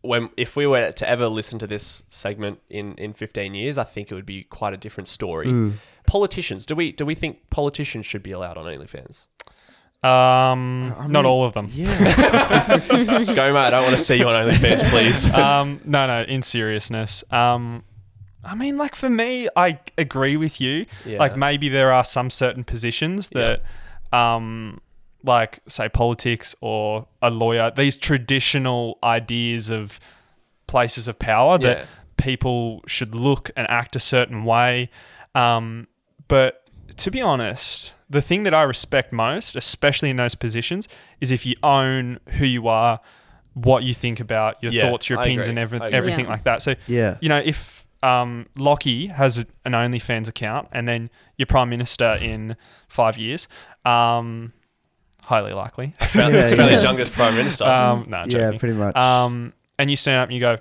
Speaker 5: when if we were to ever listen to this segment in in 15 years, I think it would be quite a different story.
Speaker 2: Hmm.
Speaker 5: Politicians, do we do we think politicians should be allowed on OnlyFans?
Speaker 4: Um, not all of them.
Speaker 2: yeah.
Speaker 5: Scoma, I don't want to see you on OnlyFans, please.
Speaker 4: um, no, no, in seriousness. Um, I mean, like for me, I agree with you.
Speaker 5: Yeah.
Speaker 4: Like maybe there are some certain positions that, um, like say politics or a lawyer, these traditional ideas of places of power that
Speaker 5: Yeah.
Speaker 4: people should look and act a certain way. Um, but to be honest, the thing that I respect most, especially in those positions, is if you own who you are, what you think about, your
Speaker 5: Yeah,
Speaker 4: thoughts, your
Speaker 5: I
Speaker 4: opinions,
Speaker 5: agree.
Speaker 4: and every,
Speaker 5: I agree.
Speaker 4: everything
Speaker 3: Yeah.
Speaker 4: like that. So,
Speaker 2: Yeah.
Speaker 4: you know, if um, Lockie has a- an OnlyFans account and then your prime minister in five years, um, highly likely.
Speaker 5: Australia's
Speaker 2: yeah.
Speaker 5: youngest prime minister.
Speaker 4: Um, no,
Speaker 2: Yeah,
Speaker 4: joking.
Speaker 2: pretty much.
Speaker 4: Um, and you stand up and you go,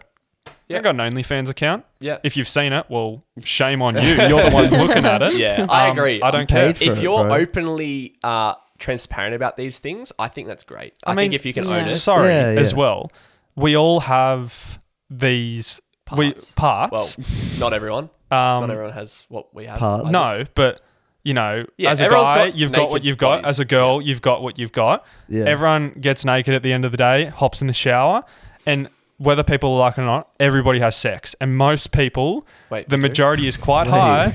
Speaker 5: Yeah.
Speaker 4: I've got an OnlyFans account.
Speaker 5: yeah,
Speaker 4: If you've seen it, well, shame on you. You're the ones looking at it.
Speaker 5: yeah, I
Speaker 4: Um,
Speaker 5: agree.
Speaker 4: I don't care.
Speaker 2: paid for
Speaker 5: if
Speaker 2: it,
Speaker 5: you're
Speaker 2: bro.
Speaker 5: openly uh, transparent about these things, I think that's great. I, think if you can
Speaker 4: s-
Speaker 5: own it,
Speaker 4: sorry
Speaker 2: Yeah,
Speaker 4: as
Speaker 2: yeah.
Speaker 4: well. We all have these we-
Speaker 5: Parts.
Speaker 4: parts.
Speaker 5: well, not everyone.
Speaker 4: um,
Speaker 5: not everyone has what we have.
Speaker 2: Parts.
Speaker 5: I-
Speaker 4: no, but you know,
Speaker 5: Yeah,
Speaker 4: as a
Speaker 5: everyone's
Speaker 4: guy,
Speaker 5: got
Speaker 4: you've got what
Speaker 5: naked
Speaker 4: you've got.
Speaker 5: bodies.
Speaker 4: As a girl, you've got what you've got.
Speaker 2: Yeah.
Speaker 4: Everyone gets naked at the end of the day, hops in the shower, and whether people like it or not, everybody has sex. And most people,
Speaker 5: Wait,
Speaker 4: the
Speaker 5: we do?
Speaker 4: majority is quite
Speaker 2: Wait.
Speaker 4: high,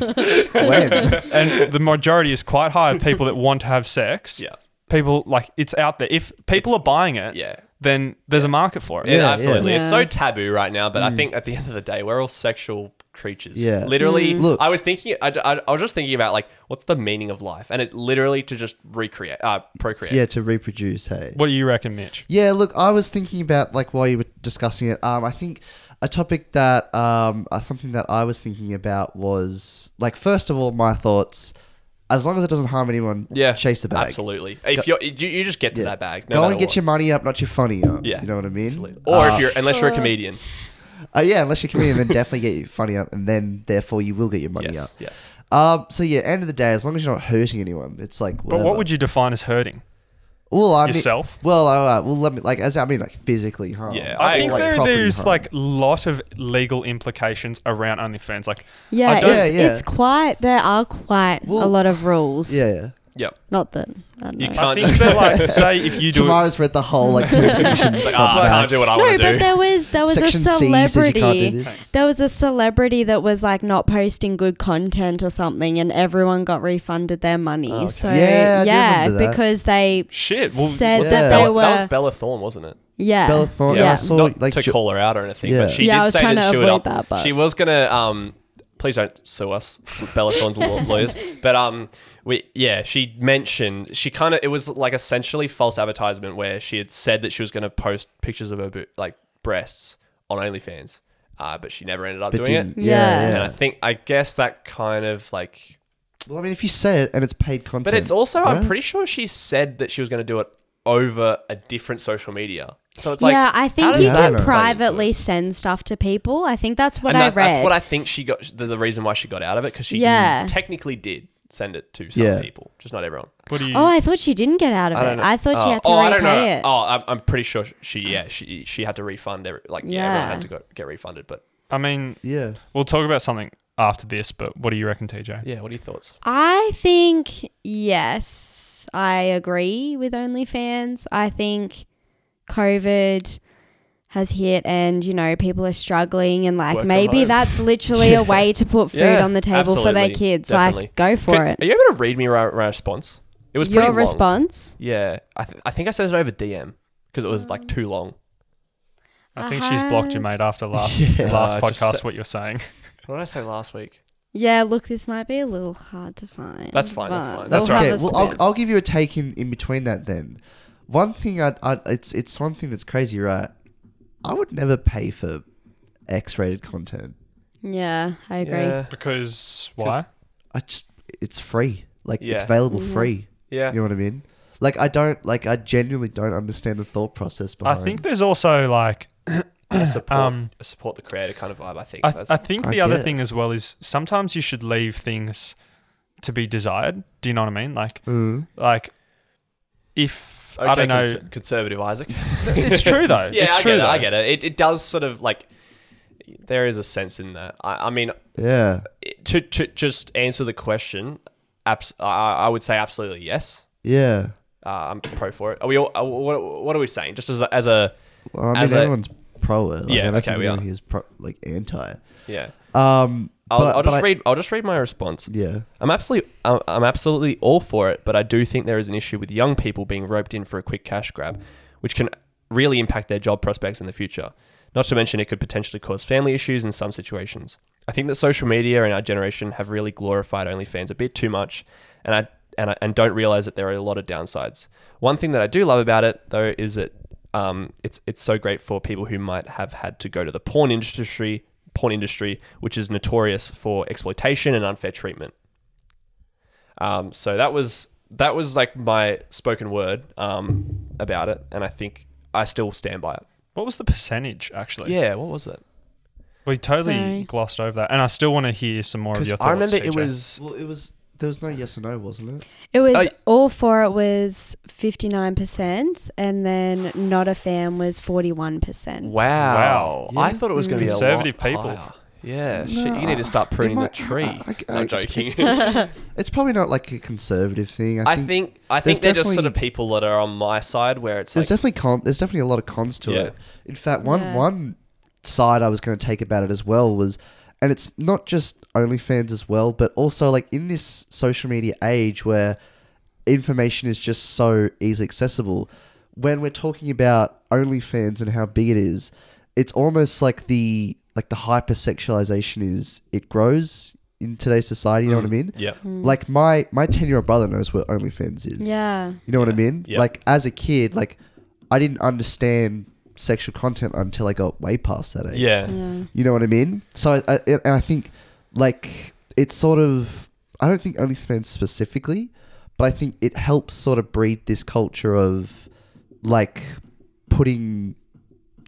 Speaker 2: when?
Speaker 4: and the majority is quite high of people that want to have sex.
Speaker 5: Yeah.
Speaker 4: People like it's out there. If people are buying it,
Speaker 5: Yeah.
Speaker 4: then there's a market for it.
Speaker 5: Yeah,
Speaker 2: Yeah, Mm.
Speaker 5: absolutely.
Speaker 3: yeah.
Speaker 5: It's so taboo right now, but I think at the end of the day, we're all sexual creatures.
Speaker 2: Yeah. Mm.
Speaker 5: Literally,
Speaker 2: Look-
Speaker 5: I was thinking, I, I, I was just thinking about like, what's the meaning of life? And it's literally to just recreate, uh, procreate.
Speaker 2: Yeah, to reproduce, hey.
Speaker 4: What do you reckon, Mitch?
Speaker 2: Yeah, look, I was thinking about like while you were discussing it. Um, I think a topic that um, uh, something that I was thinking about was like first of all, my thoughts. As long as it doesn't harm anyone,
Speaker 5: Yeah.
Speaker 2: chase the bag.
Speaker 5: Absolutely. If you're, you, you just get to
Speaker 2: Yeah.
Speaker 5: that bag. No
Speaker 2: Go
Speaker 5: matter
Speaker 2: and get
Speaker 5: what.
Speaker 2: your money up, not your funny up.
Speaker 5: Yeah.
Speaker 2: you know what I mean.
Speaker 5: Absolutely. Or
Speaker 2: Uh,
Speaker 5: if you're, unless you're a comedian.
Speaker 2: uh, yeah, unless you're comedian, then definitely get your funny up, and then therefore you will get your money
Speaker 5: Yes.
Speaker 2: up.
Speaker 5: Yes.
Speaker 2: Um, so yeah, end of the day, as long as you're not hurting anyone, it's like.
Speaker 4: But what would you define as hurting?
Speaker 2: Well, I mean,
Speaker 4: Yourself?
Speaker 2: Well, uh, well, let me like as I mean, like physically harm.
Speaker 5: Yeah,
Speaker 4: I
Speaker 5: I
Speaker 4: think
Speaker 5: like
Speaker 4: there,
Speaker 2: property
Speaker 4: there's
Speaker 2: harm.
Speaker 4: like lot of legal implications around OnlyFans. Like,
Speaker 3: Yeah,
Speaker 4: I don't-
Speaker 3: it's,
Speaker 2: Yeah, yeah.
Speaker 3: it's quite. There are quite
Speaker 2: Well,
Speaker 3: a lot of rules.
Speaker 2: Yeah.
Speaker 5: Yep.
Speaker 3: Not that. I don't
Speaker 5: You
Speaker 3: know.
Speaker 5: can't-
Speaker 4: I think that like say if you do it,
Speaker 2: Tomorrow's read the whole like terms and conditions.
Speaker 5: It's like,
Speaker 2: front
Speaker 5: ah, I
Speaker 2: back.
Speaker 5: can't do what I
Speaker 3: No,
Speaker 5: want to do.
Speaker 3: but there was there was
Speaker 2: Section
Speaker 3: a
Speaker 2: C says you can't do
Speaker 3: celebrity.
Speaker 2: this.
Speaker 3: There was a celebrity that was like not posting good content or something, and everyone got refunded their money.
Speaker 5: Oh, okay.
Speaker 3: So
Speaker 2: Yeah, I
Speaker 3: yeah,
Speaker 2: do remember that.
Speaker 3: because they
Speaker 4: shit. Well,
Speaker 3: said
Speaker 2: what's that?
Speaker 3: that they
Speaker 5: Bella-
Speaker 3: were
Speaker 5: that was Bella Thorne, wasn't it?
Speaker 3: yeah.
Speaker 2: Bella Thorne.
Speaker 3: Yeah.
Speaker 2: I saw
Speaker 5: Not
Speaker 2: like
Speaker 5: to
Speaker 2: Jo-
Speaker 5: call her out or anything,
Speaker 2: Yeah.
Speaker 5: but she
Speaker 3: Yeah, I
Speaker 5: did
Speaker 3: was
Speaker 5: say
Speaker 3: trying
Speaker 5: that
Speaker 3: to
Speaker 5: she would.
Speaker 3: avoid that, but-
Speaker 5: She was gonna. Um, please don't sue us, Bella Thorne's law- lawyers. But um, we yeah, she mentioned she kind of it was like essentially false advertisement where she had said that she was gonna post pictures of her bo- like breasts on OnlyFans, uh, but she never ended up
Speaker 2: but
Speaker 5: doing
Speaker 2: didn't.
Speaker 5: it.
Speaker 3: Yeah.
Speaker 2: Yeah.
Speaker 5: And
Speaker 2: yeah.
Speaker 5: I think I guess that kind of like,
Speaker 2: Well, I mean, if you say it and it's paid content,
Speaker 5: but it's also I'm
Speaker 2: right?
Speaker 5: pretty sure she said that she was gonna do it over a different social media. So it's like
Speaker 3: yeah, I
Speaker 5: how
Speaker 3: think
Speaker 5: does
Speaker 3: you
Speaker 2: that
Speaker 3: can
Speaker 2: play into
Speaker 3: privately send stuff to people. I think that's what
Speaker 5: and
Speaker 3: I
Speaker 5: that-
Speaker 3: read.
Speaker 5: That's what I think she got. The, the reason why she got out of it because she
Speaker 3: Yeah.
Speaker 5: technically did send it to some
Speaker 2: Yeah.
Speaker 5: people, just not everyone.
Speaker 4: what do you?
Speaker 3: oh, I thought she didn't get out of
Speaker 5: I
Speaker 3: it.
Speaker 5: don't know.
Speaker 3: I thought she
Speaker 5: Oh,
Speaker 3: had to
Speaker 5: oh, I
Speaker 3: repay
Speaker 5: don't know.
Speaker 3: it.
Speaker 5: Oh, I'm, I'm pretty sure she. Yeah, she she had to refund. Every, like yeah, everyone
Speaker 3: Yeah.
Speaker 5: had to go, get refunded. But
Speaker 4: I mean,
Speaker 2: yeah.
Speaker 4: we'll talk about something after this, but what do you reckon, TJ?
Speaker 5: yeah, what are your thoughts?
Speaker 3: I think yes, I agree with OnlyFans. I think COVID has hit and you know people are struggling and like
Speaker 5: Work from
Speaker 3: maybe
Speaker 5: home.
Speaker 3: that's literally a way to put food
Speaker 5: Yeah,
Speaker 3: on the table for their
Speaker 5: absolutely,
Speaker 3: kids
Speaker 5: definitely.
Speaker 3: like go for
Speaker 5: Could-
Speaker 3: it
Speaker 5: Are you able to read me my, my response? It was
Speaker 3: your
Speaker 5: pretty long.
Speaker 3: response
Speaker 5: Yeah, I, th- I think I sent it over DM because it was
Speaker 3: Mm.
Speaker 5: like too long.
Speaker 4: I think she's blocked you,
Speaker 3: Uh-huh.
Speaker 4: mate, after last
Speaker 2: Yeah.
Speaker 4: last
Speaker 5: Uh, just
Speaker 4: podcast.
Speaker 5: sa-
Speaker 4: what you're saying?
Speaker 5: What did I say last week?
Speaker 3: yeah look this might be a little hard to find
Speaker 5: That's fine, that's
Speaker 3: but
Speaker 5: fine.
Speaker 2: That's
Speaker 3: we'll have
Speaker 2: okay.
Speaker 3: this
Speaker 2: Well, I'll,
Speaker 3: bit.
Speaker 2: I'll give you a take in, in between that then. One thing I, I it's it's one thing that's crazy, right? I would never pay for X-rated content.
Speaker 3: yeah i agree
Speaker 5: Yeah,
Speaker 4: Because why?
Speaker 2: I just it's free. Like it's
Speaker 5: Yeah.
Speaker 2: available
Speaker 3: Mhm.
Speaker 2: free.
Speaker 5: yeah.
Speaker 2: You know what I mean? Like I don't like I genuinely don't understand the thought process
Speaker 4: I
Speaker 2: behind.
Speaker 4: think there's also like
Speaker 5: I support,
Speaker 4: Um,
Speaker 5: I support the creator kind of vibe. I think.
Speaker 4: I,
Speaker 5: That's-
Speaker 4: I think
Speaker 2: I
Speaker 4: the other
Speaker 2: guess.
Speaker 4: thing as well is sometimes you should leave things to be desired. Do you know what I mean? Like
Speaker 2: Mm.
Speaker 4: like if I
Speaker 5: Okay,
Speaker 4: don't know.
Speaker 5: cons- conservative Isaac.
Speaker 4: it's true though.
Speaker 5: Yeah,
Speaker 4: it's
Speaker 5: I
Speaker 4: true
Speaker 5: get it.
Speaker 4: though.
Speaker 5: I get it. it. It does sort of like there is a sense in that. I, I mean,
Speaker 2: Yeah.
Speaker 5: it- to to just answer the question, abs- I, I would say absolutely yes.
Speaker 2: Yeah.
Speaker 5: Uh, I'm pro for it. Are we all? Uh, what, what are we saying? Just as a, as a
Speaker 2: Well, I mean
Speaker 5: As a-
Speaker 2: everyone's pro it. Like,
Speaker 5: Yeah,
Speaker 2: I don't
Speaker 5: okay,
Speaker 2: think
Speaker 5: we
Speaker 2: anyone
Speaker 5: are.
Speaker 2: here's pro, like anti. it.
Speaker 5: yeah.
Speaker 2: Um
Speaker 5: I'll,
Speaker 2: but,
Speaker 5: I'll
Speaker 2: but
Speaker 5: just
Speaker 2: I-
Speaker 5: read. I'll just read my response.
Speaker 2: Yeah.
Speaker 5: I'm absolutely, I'm, I'm absolutely all for it, but I do think there is an issue with young people being roped in for a quick cash grab, which can really impact their job prospects in the future. Not to mention, it could potentially cause family issues in some situations. I think that social media and our generation have really glorified OnlyFans a bit too much, and I and I, and don't realize that there are a lot of downsides. One thing that I do love about it, though, is that um, it's it's so great for people who might have had to go to the porn industry, porn industry, which is notorious for exploitation and unfair treatment. Um, so that was that was like my spoken word um, about it, and I think I still stand by it.
Speaker 4: What was the percentage actually?
Speaker 5: Yeah, what was it?
Speaker 4: We totally
Speaker 3: Sorry.
Speaker 4: glossed over that, and I still want to hear some more of
Speaker 5: Because
Speaker 4: your thoughts.
Speaker 5: I remember it
Speaker 4: TJ.
Speaker 5: was
Speaker 2: Well, it was there was no yes or no, wasn't it?
Speaker 3: it was
Speaker 5: I-
Speaker 3: all for it was 59% and then not a fan was 41%
Speaker 5: wow.
Speaker 2: Wow.
Speaker 5: I
Speaker 2: Yeah.
Speaker 5: thought it was going to be
Speaker 4: Conservative
Speaker 5: a lot
Speaker 4: people.
Speaker 5: higher. Yeah, shit, you need to start pruning the
Speaker 2: might-
Speaker 5: tree.
Speaker 2: I- I- I-
Speaker 5: am
Speaker 2: it's-
Speaker 5: joking.
Speaker 2: It's probably not like a conservative thing. I,
Speaker 5: I
Speaker 2: think,
Speaker 5: think I
Speaker 2: there's
Speaker 5: think they're just sort of
Speaker 2: definitely-
Speaker 5: people that are on my side where it's
Speaker 2: there's
Speaker 5: like
Speaker 2: definitely con- there's definitely a lot of cons to
Speaker 5: Yeah.
Speaker 2: it. In fact, one
Speaker 3: Yeah.
Speaker 2: one side I was going to take about it as well was, and it's not just OnlyFans as well, but also like in this social media age where information is just so easily accessible. When we're talking about OnlyFans and how big it is, it's almost like the like the hypersexualization is it grows in today's society. You know what I mean?
Speaker 5: yeah.
Speaker 2: Like my my ten year old brother knows what OnlyFans is.
Speaker 3: yeah
Speaker 2: You know what I mean?
Speaker 5: Yeah.
Speaker 2: Like as a kid, like I didn't understand sexual content until I got way past that age.
Speaker 5: Yeah.
Speaker 3: yeah
Speaker 2: You know what I mean? So I, I, and I think like it's sort of I don't think OnlyFans specifically, but I think it helps sort of breed this culture of like putting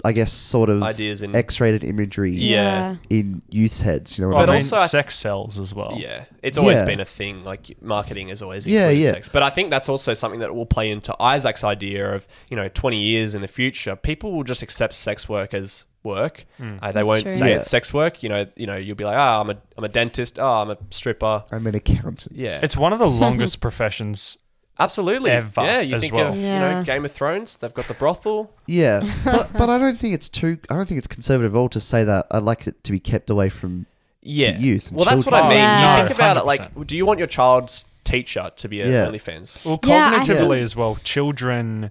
Speaker 2: I guess, sort of
Speaker 5: ideas in
Speaker 2: X-rated imagery
Speaker 5: Yeah.
Speaker 2: in youth's heads. You know
Speaker 4: Well,
Speaker 2: what
Speaker 4: I
Speaker 5: But
Speaker 2: I
Speaker 4: mean,
Speaker 2: mean?
Speaker 5: also I-
Speaker 4: sex sells as well.
Speaker 5: Yeah, it's always
Speaker 2: Oh. Yeah.
Speaker 5: been a thing. Like marketing has always
Speaker 2: Yeah,
Speaker 5: included
Speaker 2: yeah.
Speaker 5: sex, but I think that's also something that will play into Isaac's idea of you know twenty years in the future, people will just accept sex work as work.
Speaker 4: Hmm.
Speaker 5: Uh, they
Speaker 3: That's
Speaker 5: won't
Speaker 3: true.
Speaker 5: say
Speaker 2: Yeah.
Speaker 5: it's sex work. You know, you know, you'll be like, ah, I'm a I'm a dentist. Oh, I'm a stripper.
Speaker 2: I'm an accountant.
Speaker 5: Yeah,
Speaker 4: It's one of the longest professions.
Speaker 5: absolutely
Speaker 4: ever
Speaker 5: Yeah, you
Speaker 4: as
Speaker 5: think
Speaker 4: well.
Speaker 5: of you
Speaker 3: Yeah.
Speaker 5: know Game of Thrones. They've got the brothel.
Speaker 2: Yeah, but, but I don't think it's too. I don't think it's conservative at all to say that. I'd like it to be kept away from.
Speaker 5: Yeah,
Speaker 2: youth and
Speaker 5: Well, that's what
Speaker 3: children.
Speaker 5: I mean.
Speaker 3: Yeah.
Speaker 5: You
Speaker 4: No,
Speaker 5: think about it.
Speaker 4: 100%.
Speaker 5: Like, do you want your child's teacher to be a
Speaker 2: Yeah.
Speaker 5: OnlyFans?
Speaker 4: Well,
Speaker 3: Yeah, I
Speaker 4: cognitively
Speaker 2: think-
Speaker 4: as well. Children,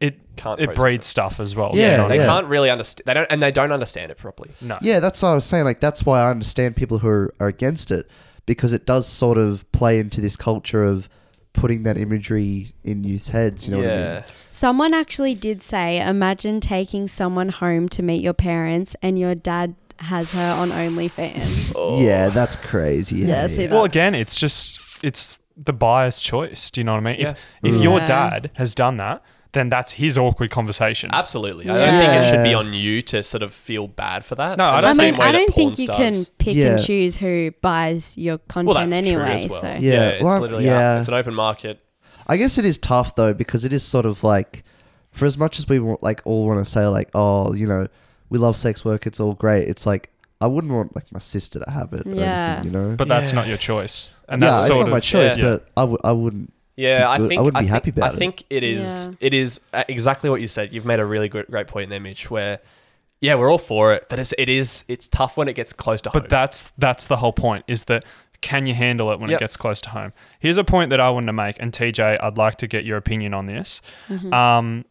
Speaker 4: it
Speaker 5: Can't
Speaker 4: it
Speaker 5: process
Speaker 4: breeds stuff as well.
Speaker 2: Yeah,
Speaker 4: you know what I
Speaker 5: They
Speaker 4: mean?
Speaker 2: yeah.
Speaker 5: can't really understand. They don't, and they don't understand it properly.
Speaker 4: No.
Speaker 2: Yeah, that's what I was saying. Like that's why I understand people who are, are against it because it does sort of play into this culture of putting that imagery in youth's heads. You know what I mean?
Speaker 3: Someone actually did say, imagine taking someone home to meet your parents and your dad has her on OnlyFans.
Speaker 2: Yeah, that's crazy. Yeah,
Speaker 3: Oh. Yeah, see,
Speaker 2: yeah.
Speaker 3: that-
Speaker 4: Well,
Speaker 3: That's-
Speaker 4: again, it's just it's the buyer's choice. Do you know what I mean?
Speaker 5: Yeah.
Speaker 4: If if
Speaker 2: Mm.
Speaker 4: your
Speaker 3: Yeah.
Speaker 4: dad has done that, then that's his awkward conversation.
Speaker 5: Absolutely. I don't think
Speaker 2: Yeah.
Speaker 5: it should be on you to sort of feel bad for that.
Speaker 4: No,
Speaker 5: In the
Speaker 4: I
Speaker 3: I
Speaker 4: don't
Speaker 5: same
Speaker 3: mean,
Speaker 5: way
Speaker 3: I
Speaker 5: that
Speaker 3: don't
Speaker 5: porn
Speaker 3: think you can
Speaker 5: stars-
Speaker 3: pick
Speaker 2: Yeah.
Speaker 3: and choose who buys your content
Speaker 5: Well, that's true
Speaker 3: anyway.
Speaker 5: as well.
Speaker 3: So
Speaker 5: Yeah, it's
Speaker 2: well,
Speaker 5: literally
Speaker 2: yeah.
Speaker 5: it's an open market.
Speaker 2: I guess it is tough though because it is sort of like, for as much as we want, like all want to say like, oh, you know, we love sex work, it's all great. It's like I wouldn't want like my sister to have it.
Speaker 3: Yeah.
Speaker 2: Yeah, or anything, you know.
Speaker 4: But that's
Speaker 5: Yeah.
Speaker 4: not your choice. And
Speaker 2: yeah,
Speaker 4: that's
Speaker 2: it's
Speaker 4: sort
Speaker 2: not
Speaker 4: of
Speaker 2: my choice,
Speaker 5: yeah.
Speaker 2: but I w- I wouldn't.
Speaker 5: Yeah, I
Speaker 2: good. I
Speaker 5: think
Speaker 2: wouldn't be
Speaker 5: think-
Speaker 2: happy about
Speaker 5: I
Speaker 2: it.
Speaker 5: think it is.
Speaker 3: Yeah.
Speaker 5: It is uh, exactly what you said. You've made a really good, great point in there, Mitch. Where, yeah, we're all for it, but it's, it is it's tough when it gets close to home.
Speaker 4: But that's that's the whole point is that can you handle it when
Speaker 5: Yep.
Speaker 4: it gets close to home? Here's a point that I wanted to make, and TJ, I'd like to get your opinion on this.
Speaker 5: Mm-hmm.
Speaker 4: Um,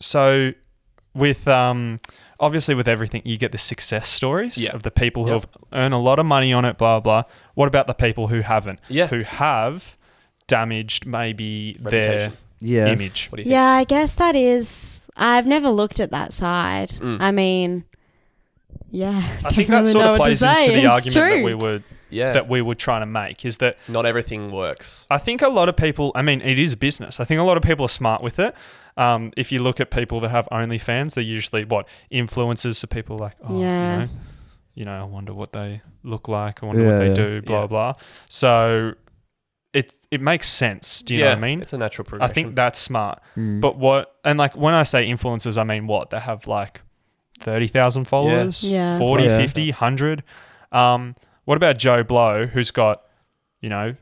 Speaker 4: so with um, obviously with everything, you get the success stories
Speaker 5: Yeah.
Speaker 4: of the people who
Speaker 5: Yep.
Speaker 4: have earned a lot of money on it, blah blah. What about the people who haven't?
Speaker 5: Yeah.
Speaker 4: who have damaged maybe
Speaker 5: Reputation.
Speaker 2: Yeah,
Speaker 4: their image.
Speaker 5: what do you
Speaker 3: yeah, I guess that is. I've never looked at that side.
Speaker 5: Mm.
Speaker 3: I mean, yeah.
Speaker 4: I
Speaker 3: don't
Speaker 4: think that
Speaker 3: really
Speaker 4: sort
Speaker 3: know
Speaker 4: of
Speaker 3: what to
Speaker 4: plays
Speaker 3: say.
Speaker 4: into the
Speaker 3: It's
Speaker 4: argument that
Speaker 3: true.
Speaker 4: we were
Speaker 5: think? Yeah,
Speaker 4: that we were trying to make is that
Speaker 5: not everything works.
Speaker 4: I think a lot of people, I mean, it is business. I think a lot of people are smart with it. Um, if you look at people that have OnlyFans, they're usually what influencers. So people are like, oh,
Speaker 3: Yeah.
Speaker 4: you know, you know, I wonder what they look like. I wonder what
Speaker 2: Yeah,
Speaker 4: they
Speaker 2: yeah.
Speaker 4: do. Blah
Speaker 5: Yeah.
Speaker 4: blah. So it it makes sense. Do you
Speaker 5: yeah,
Speaker 4: know what I mean?
Speaker 5: It's a natural
Speaker 4: I
Speaker 5: progression.
Speaker 4: think that's smart.
Speaker 2: Mm.
Speaker 4: But what and like when I say influencers, I mean what they have like thirty thousand followers,
Speaker 3: Yeah.
Speaker 4: 40,
Speaker 2: Yeah.
Speaker 4: 50, 100. Um, what about Joe Blow, who's got you know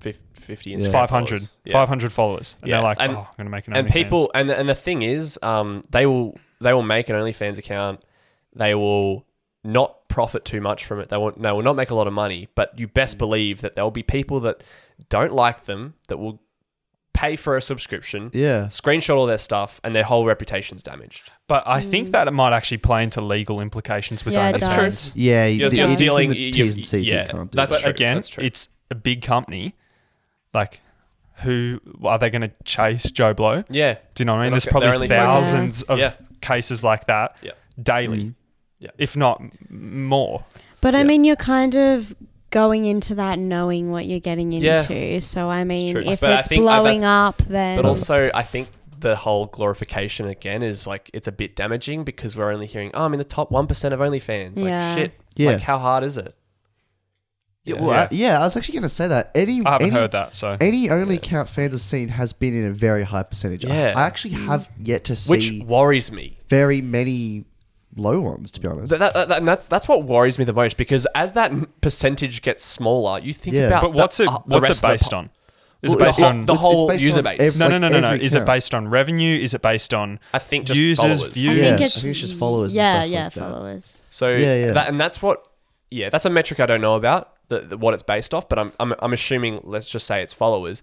Speaker 5: Fif- fifty
Speaker 2: Yeah.
Speaker 5: Instagram
Speaker 4: 500,
Speaker 5: followers. Yeah.
Speaker 4: 500 followers. And
Speaker 5: Yeah,
Speaker 4: they're like,
Speaker 5: and-
Speaker 4: oh, I'm going to make an
Speaker 5: and
Speaker 4: OnlyFans."
Speaker 5: people and and the thing is, um, they will they will make an OnlyFans account. They will not profit too much from it. They won't. They will not make a lot of money. But you
Speaker 2: Mm.
Speaker 5: best believe that there will be people that don't like them that will pay for a subscription,
Speaker 2: yeah,
Speaker 5: screenshot all their stuff, and their whole reputation's damaged.
Speaker 4: But I think that it might actually play into legal implications with
Speaker 3: Yeah, it
Speaker 4: OnlyFans.
Speaker 3: That's true. does.
Speaker 2: yeah.
Speaker 5: You're-
Speaker 2: it
Speaker 5: you're
Speaker 2: is in
Speaker 5: stealing-
Speaker 2: the
Speaker 5: you-
Speaker 2: T's and C's.
Speaker 5: yeah,
Speaker 2: you can't do
Speaker 5: that's
Speaker 2: that.
Speaker 4: But
Speaker 5: true,
Speaker 4: again,
Speaker 5: that's true.
Speaker 4: it's a big company. Like, who are they going to chase Joe Blow?
Speaker 5: Yeah,
Speaker 4: Do you know what
Speaker 5: They're
Speaker 4: I mean? There's
Speaker 5: not- they're
Speaker 4: probably
Speaker 5: only
Speaker 3: focused-
Speaker 4: thousands of
Speaker 5: Yeah.
Speaker 4: cases like that
Speaker 5: Yeah.
Speaker 4: daily,
Speaker 5: Yeah.
Speaker 4: if not m- more.
Speaker 3: But I
Speaker 5: Yeah.
Speaker 3: mean, you're kind of going into that knowing what you're getting
Speaker 5: Yeah.
Speaker 3: into. So I mean,
Speaker 5: true.
Speaker 3: if
Speaker 5: But I
Speaker 3: it's
Speaker 5: think, uh,
Speaker 3: blowing up, then
Speaker 5: But also, I think the whole glorification again is like it's a bit damaging because we're only hearing, "Oh, I'm in the top one percent of OnlyFans."
Speaker 3: Yeah.
Speaker 5: Like shit.
Speaker 2: Yeah.
Speaker 5: Like how hard is it?
Speaker 2: Yeah,
Speaker 5: Yeah.
Speaker 2: well, I, yeah, I was actually going to say that. Any,
Speaker 4: I haven't
Speaker 2: any,
Speaker 4: heard that, so.
Speaker 2: Any only count fans have seen has been in a very high percentage. I-
Speaker 5: Yeah.
Speaker 2: I, actually
Speaker 4: Mm.
Speaker 2: have yet to see
Speaker 5: Which worries me.
Speaker 2: very many low ones, to be honest.
Speaker 5: Th- that- that- that- and that's that's what worries me the most because as that n- percentage gets smaller, you think
Speaker 2: Yeah.
Speaker 5: about
Speaker 4: But
Speaker 5: the-
Speaker 4: whole- what's it
Speaker 5: uh, the
Speaker 4: what's
Speaker 5: rest
Speaker 4: it
Speaker 5: of the
Speaker 4: based
Speaker 5: po-
Speaker 4: on? Is it
Speaker 2: Well,
Speaker 4: based
Speaker 2: it's-
Speaker 4: on
Speaker 5: the
Speaker 2: it's
Speaker 5: whole
Speaker 2: based
Speaker 5: user
Speaker 2: on ev-
Speaker 5: base.
Speaker 4: No,
Speaker 2: like,
Speaker 4: no, no, no, no.
Speaker 2: every
Speaker 4: Is it
Speaker 2: count.
Speaker 4: based on revenue? Is it based on
Speaker 5: I think just
Speaker 4: users,
Speaker 5: followers.
Speaker 4: views?
Speaker 3: I
Speaker 2: Yeah,
Speaker 3: think
Speaker 2: I
Speaker 3: it's,
Speaker 2: think it's just followers and
Speaker 3: Yeah,
Speaker 2: stuff
Speaker 3: yeah,
Speaker 2: like that.
Speaker 3: followers.
Speaker 5: So
Speaker 2: Yeah, yeah.
Speaker 5: That, and that's what yeah, that's a metric I don't know about the, the, what it's based off, but I'm, I'm I'm assuming let's just say it's followers.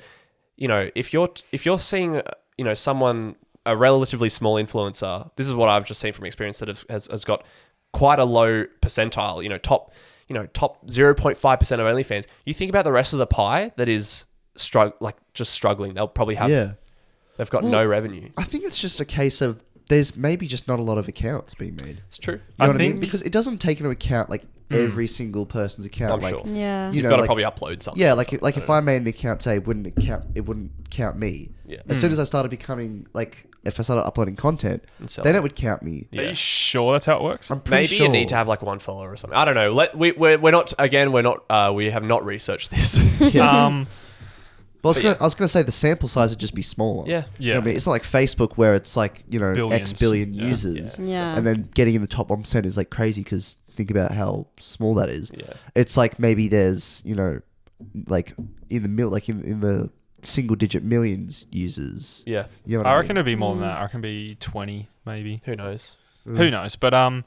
Speaker 5: You know, if you're if you're seeing uh, you know someone a relatively small influencer, this is what I've just seen from experience that have, has has got quite a low percentile. You know, top you know top zero point five percent of OnlyFans. You think about the rest of the pie that is strugg like just struggling. They'll probably have
Speaker 2: Yeah.
Speaker 5: they've got
Speaker 2: Well-
Speaker 5: no revenue.
Speaker 2: I think it's just a case of there's maybe just not a lot of accounts being made.
Speaker 5: It's true.
Speaker 2: You know
Speaker 4: I
Speaker 2: what I mean?
Speaker 4: think- Mm.
Speaker 2: Because it doesn't take into account like every single person's account.
Speaker 5: I'm
Speaker 2: like,
Speaker 5: sure.
Speaker 3: Yeah.
Speaker 2: You
Speaker 5: You've
Speaker 2: know,
Speaker 5: got to
Speaker 2: like-
Speaker 5: probably upload something.
Speaker 2: Yeah,
Speaker 5: or
Speaker 2: like
Speaker 5: something.
Speaker 2: like
Speaker 5: don't
Speaker 2: if
Speaker 5: know.
Speaker 2: I made an account today, it wouldn't account it wouldn't count me.
Speaker 5: Yeah.
Speaker 2: As soon as I started becoming like if I started uploading content,
Speaker 5: And sell
Speaker 2: then
Speaker 5: it.
Speaker 2: it would count me.
Speaker 4: Are
Speaker 5: Yeah.
Speaker 4: you sure that's how it works?
Speaker 2: I'm pretty
Speaker 5: Maybe
Speaker 2: sure.
Speaker 5: you need to have like one follower or something. I don't know. Let we we're, we're not again. We're not. Uh, we have not researched this.
Speaker 4: Um,
Speaker 2: Well, I was,
Speaker 5: but
Speaker 2: gonna,
Speaker 5: yeah.
Speaker 2: I was gonna say the sample size would just be smaller.
Speaker 5: yeah.
Speaker 2: You know
Speaker 4: yeah.
Speaker 2: what I mean, it's not like Facebook where it's like you know
Speaker 4: Billions.
Speaker 2: X billion
Speaker 4: Yeah.
Speaker 2: users,
Speaker 3: Yeah.
Speaker 2: and then getting in the top one percent is like crazy because think about how small that is.
Speaker 5: Yeah.
Speaker 2: It's like maybe there's you know, like in the mil, like in, in the single digit millions users.
Speaker 5: Yeah.
Speaker 2: You know what
Speaker 4: I
Speaker 2: I
Speaker 4: reckon
Speaker 2: mean?
Speaker 4: it'd be more than that. I reckon it'd be 20, maybe.
Speaker 5: Who knows?
Speaker 4: Who knows? But um,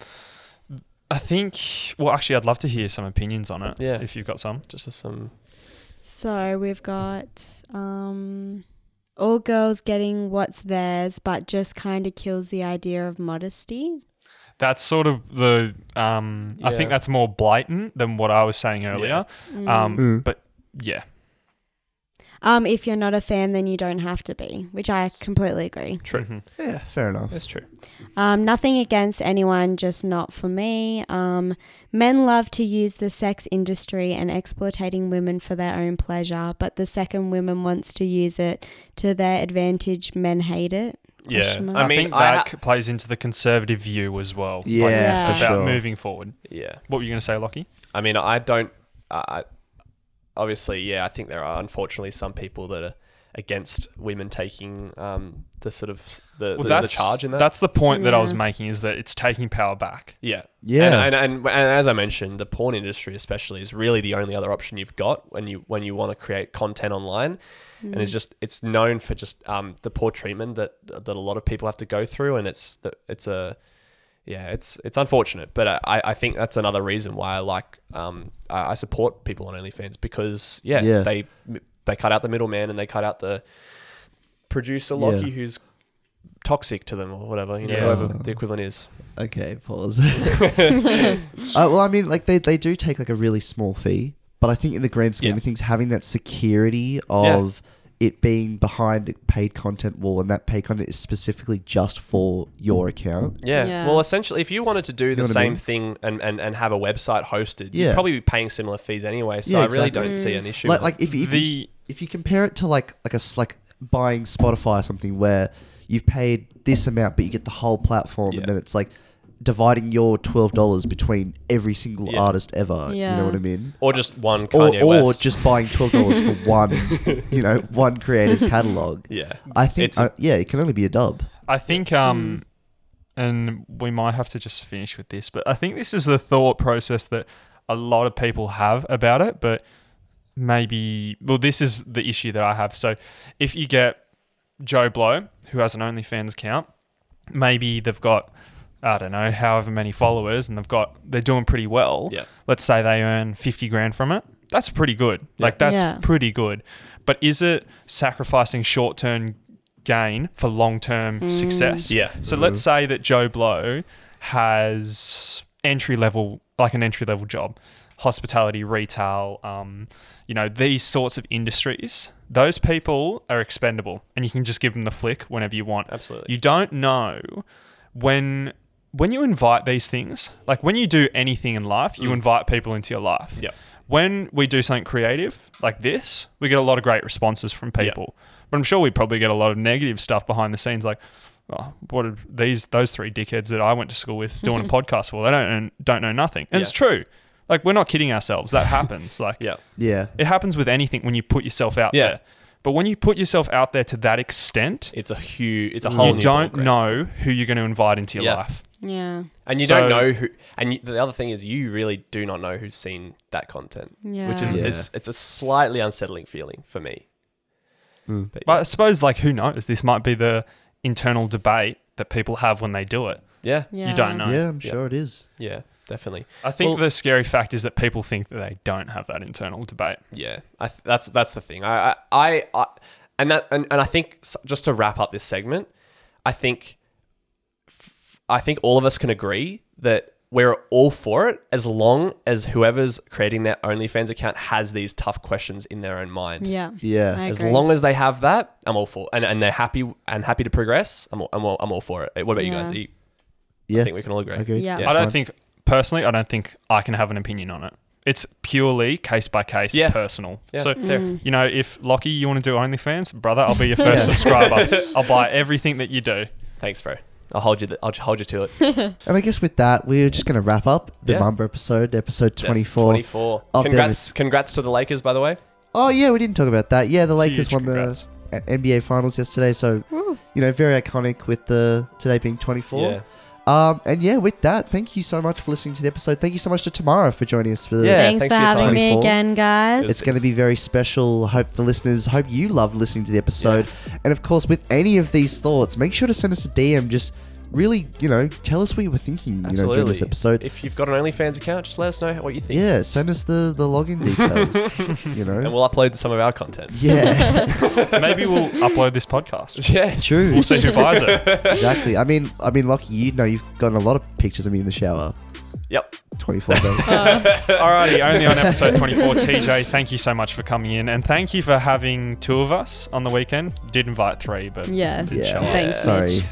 Speaker 4: I think, well, actually, I'd love to hear some opinions on it
Speaker 5: Yeah.
Speaker 4: if you've got some.
Speaker 5: Just as some.
Speaker 3: So we've got um, all girls getting what's theirs, but just kind of kills the idea of modesty.
Speaker 4: That's sort of the, um, I
Speaker 5: Yeah.
Speaker 4: think that's more blatant than what I was saying earlier.
Speaker 3: Mm.
Speaker 4: Um,
Speaker 2: Mm.
Speaker 4: But yeah,
Speaker 3: Um, if you're not a fan, then you don't have to be, which I completely agree.
Speaker 5: True.
Speaker 4: Mhm.
Speaker 2: Yeah, fair enough.
Speaker 5: That's true.
Speaker 3: Um, nothing against anyone, just not for me. Um, men love to use the sex industry and exploitating women for their own pleasure, but the second women wants to use it to their advantage, men hate it.
Speaker 5: Yeah.
Speaker 3: Question mark.
Speaker 5: I
Speaker 4: I,
Speaker 5: mean,
Speaker 4: think
Speaker 5: I
Speaker 4: that
Speaker 5: ha-
Speaker 4: c- plays into the conservative view as well. like,
Speaker 2: Yeah,
Speaker 3: Yeah.
Speaker 4: about
Speaker 2: for sure.
Speaker 4: moving forward.
Speaker 5: yeah.
Speaker 4: What were you going to say, Lockie?
Speaker 5: I mean, I don't. I I- obviously, yeah, I think there are unfortunately some people that are against women taking um, the sort of s- the, the- the, charge in that.
Speaker 4: That's the point that I was
Speaker 3: Yeah.
Speaker 4: making is that it's taking power back.
Speaker 5: yeah,
Speaker 2: Yeah.
Speaker 5: and and, and and as I mentioned, the porn industry especially is really the only other option you've got when you when you want to create content online, and
Speaker 2: Mm.
Speaker 5: it's just it's known for just um, the poor treatment that that a lot of people have to go through, and it's the, it's a yeah, it's it's unfortunate, but I- I, I think that's another reason why I like um I, I support people on OnlyFans because yeah,
Speaker 2: Yeah.
Speaker 5: they they cut out the middleman and they cut out the producer Lockie
Speaker 2: Yeah.
Speaker 5: who's toxic to them or whatever you know
Speaker 4: Yeah.
Speaker 5: whoever the equivalent is.
Speaker 2: Okay, pause. uh, well, I mean, like they, they do take like a really small fee, but I think in the grand scheme
Speaker 5: Yeah.
Speaker 2: of things, having that security of it being behind a paid content wall and that paid content is specifically just for your account.
Speaker 5: Yeah.
Speaker 3: Yeah.
Speaker 5: Well, essentially, if you wanted to do
Speaker 2: know
Speaker 5: the
Speaker 2: what I
Speaker 5: same
Speaker 2: mean?
Speaker 5: thing and, and, and have a website hosted,
Speaker 2: Yeah.
Speaker 5: you'd probably be paying similar fees anyway. So
Speaker 2: Yeah,
Speaker 5: I really
Speaker 2: exactly.
Speaker 5: don't see
Speaker 3: Mm.
Speaker 5: an issue.
Speaker 2: Like,
Speaker 5: with
Speaker 2: like if, if you,
Speaker 4: The
Speaker 2: if you compare it to like like a s- like buying Spotify or something where you've paid this amount but you get the whole platform
Speaker 5: Yeah.
Speaker 2: and then it's like dividing your twelve dollars between every single
Speaker 5: Yeah.
Speaker 2: artist ever. You
Speaker 3: Yeah.
Speaker 2: know what I mean?
Speaker 5: it. or just one
Speaker 2: or,
Speaker 5: Kanye
Speaker 2: or
Speaker 5: West.
Speaker 2: just buying twelve dollars for one, you know, one creator's catalog.
Speaker 5: yeah.
Speaker 2: I think,
Speaker 5: It's a-
Speaker 2: uh, yeah, it can only be a dub.
Speaker 4: I think um and we might have to just finish with this, but I think this is the thought process that a lot of people have about it, but maybe well this is the issue that I have. So if you get Joe Blow who has an OnlyFans account, maybe they've got I don't know, however many followers and they've got they're doing pretty well.
Speaker 5: Yeah.
Speaker 4: Let's say they earn 50 grand from it. That's pretty good. Like that's
Speaker 3: Yeah.
Speaker 4: pretty good. But is it sacrificing short-term gain for long-term success?
Speaker 5: Yeah. Mm-hmm.
Speaker 4: So let's say that Joe Blow has entry level, like an entry level job, hospitality, retail, um, you know, these sorts of industries. Those people are expendable, and you can just give them the flick whenever you want.
Speaker 5: Absolutely.
Speaker 4: You don't know when when you invite these things, like when you do anything in life, you invite people into your life.
Speaker 5: Mm. Yep.
Speaker 4: When we do something creative like this, we get a lot of great responses from people. But I'm sure we probably get a lot of negative stuff behind the scenes, like, oh, what are these those three dickheads that I went to school with doing a podcast for? They don't don't know nothing, and it's
Speaker 5: Mm-hmm. Yeah.
Speaker 4: true. Like we're not kidding ourselves. That happens. Like
Speaker 5: yeah.
Speaker 2: Yeah,
Speaker 4: it happens with anything when you put yourself out
Speaker 5: Yeah.
Speaker 4: there. But when you put yourself out there to that extent,
Speaker 5: It's a huge. It's a whole.
Speaker 4: you
Speaker 5: new
Speaker 4: don't
Speaker 5: program.
Speaker 4: know who you're going to invite into your
Speaker 5: Yeah.
Speaker 4: life.
Speaker 3: Yeah.
Speaker 5: and you
Speaker 4: So-
Speaker 5: don't know who. And you, the other thing is, you really do not know who's seen that content, which is
Speaker 3: Yeah.
Speaker 5: it's, it's a slightly unsettling feeling for me.
Speaker 2: Mm.
Speaker 5: But,
Speaker 4: But I suppose, like, who knows? This might be the internal debate that people have when they do it.
Speaker 5: yeah, yeah,
Speaker 3: Yeah.
Speaker 4: You don't know.
Speaker 2: yeah, I'm
Speaker 5: Yeah.
Speaker 2: sure it is.
Speaker 5: yeah, definitely.
Speaker 4: I think
Speaker 5: Well-
Speaker 4: the scary fact is that people think that they don't have that internal debate.
Speaker 5: Yeah, I th- that's that's the thing. I I, I, I and that and, and I think s- just to wrap up this segment, I think f- I think all of us can agree that we're all for it as long as whoever's creating their OnlyFans account has these tough questions in their own mind.
Speaker 3: Yeah.
Speaker 2: Yeah,
Speaker 3: I
Speaker 5: As
Speaker 3: agree.
Speaker 5: long as they have that, I'm all for, and and they're happy and happy to progress. I'm all, I'm all, I'm all for it. What about you
Speaker 3: Yeah.
Speaker 5: guys? Are you-
Speaker 2: yeah,
Speaker 5: I think we can all agree.
Speaker 2: agreed.
Speaker 3: Yeah.
Speaker 5: Yeah.
Speaker 4: I don't
Speaker 2: Fine.
Speaker 4: think, personally, I don't think I can have an opinion on it. it's purely case by case,
Speaker 5: Yeah.
Speaker 4: personal.
Speaker 5: Yeah.
Speaker 4: So
Speaker 5: Fair.
Speaker 3: Mm.
Speaker 4: you know, if Lockie, you want to do OnlyFans, brother, I'll be your first subscriber. I'll buy everything that you do.
Speaker 5: Thanks, bro. I'll hold you. Th- I'll hold you to it.
Speaker 2: And I guess with that, we're just going to wrap up the
Speaker 5: Yeah.
Speaker 2: Mumba episode, episode 24.
Speaker 5: Twenty-four.
Speaker 2: Oh, there
Speaker 5: Congrats. Congrats to the Lakers, by the way.
Speaker 2: Oh, yeah, we didn't talk about that. Yeah, the Lakers
Speaker 4: Huge
Speaker 2: won
Speaker 4: congrats.
Speaker 2: the uh, NBA Finals yesterday. So,
Speaker 3: Woo.
Speaker 2: you know, very iconic with the today being 24.
Speaker 5: Yeah.
Speaker 2: Um, and yeah, with that, thank you so much for listening to the episode. Thank you so much to Tamara for joining us for the.
Speaker 5: Yeah,
Speaker 3: thanks,
Speaker 5: thanks
Speaker 3: for
Speaker 5: for your
Speaker 3: having
Speaker 2: time.
Speaker 3: me
Speaker 2: 24.
Speaker 3: again, guys.
Speaker 2: It's going to be very special. Hope the listeners, hope you loved listening to the episode. And of course, with any of these thoughts, make sure to send us a DM. Just really, you know, tell us what you were thinking, you know, during this episode.
Speaker 5: If you've got an OnlyFans account, just let us know what you think.
Speaker 2: yeah, send us the, the login details, you know.
Speaker 5: And we'll upload some of our content.
Speaker 2: yeah,
Speaker 4: Maybe we'll upload this podcast.
Speaker 5: Yeah.
Speaker 2: true.
Speaker 4: We'll see who buys it.
Speaker 2: exactly. I mean, I mean, Lockie, you know, you've gotten a lot of pictures of me in the shower,
Speaker 5: Yep.
Speaker 2: twenty four days.
Speaker 4: Alrighty, only on episode 24. TJ, thank you so much for coming in, and thank you for having two of us on the weekend. Did invite three, but
Speaker 3: Yeah.
Speaker 4: didn't
Speaker 2: Yeah.
Speaker 4: show up.
Speaker 3: Thanks,
Speaker 2: Sorry.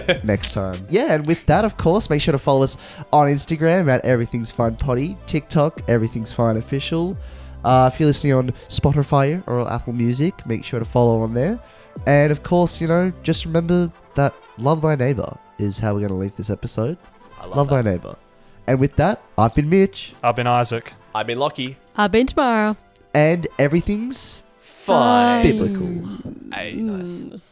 Speaker 3: Mitch.
Speaker 2: Next time. Yeah, and with that, of course, make sure to follow us on Instagram at Everything's Fine Potty, TikTok, Everything's Fine Official. Uh, if you're listening on Spotify or Apple Music, make sure to follow on there. And of course, you know, just remember that love thy neighbor is how we're going to leave this episode.
Speaker 5: I
Speaker 2: Love, thy neighbor. And with that, I've been Mitch,
Speaker 4: I've been Isaac.
Speaker 5: I've been lucky.
Speaker 3: I've been tomorrow.
Speaker 2: and everything's
Speaker 5: Fine.
Speaker 2: biblical.
Speaker 5: Hey, nice.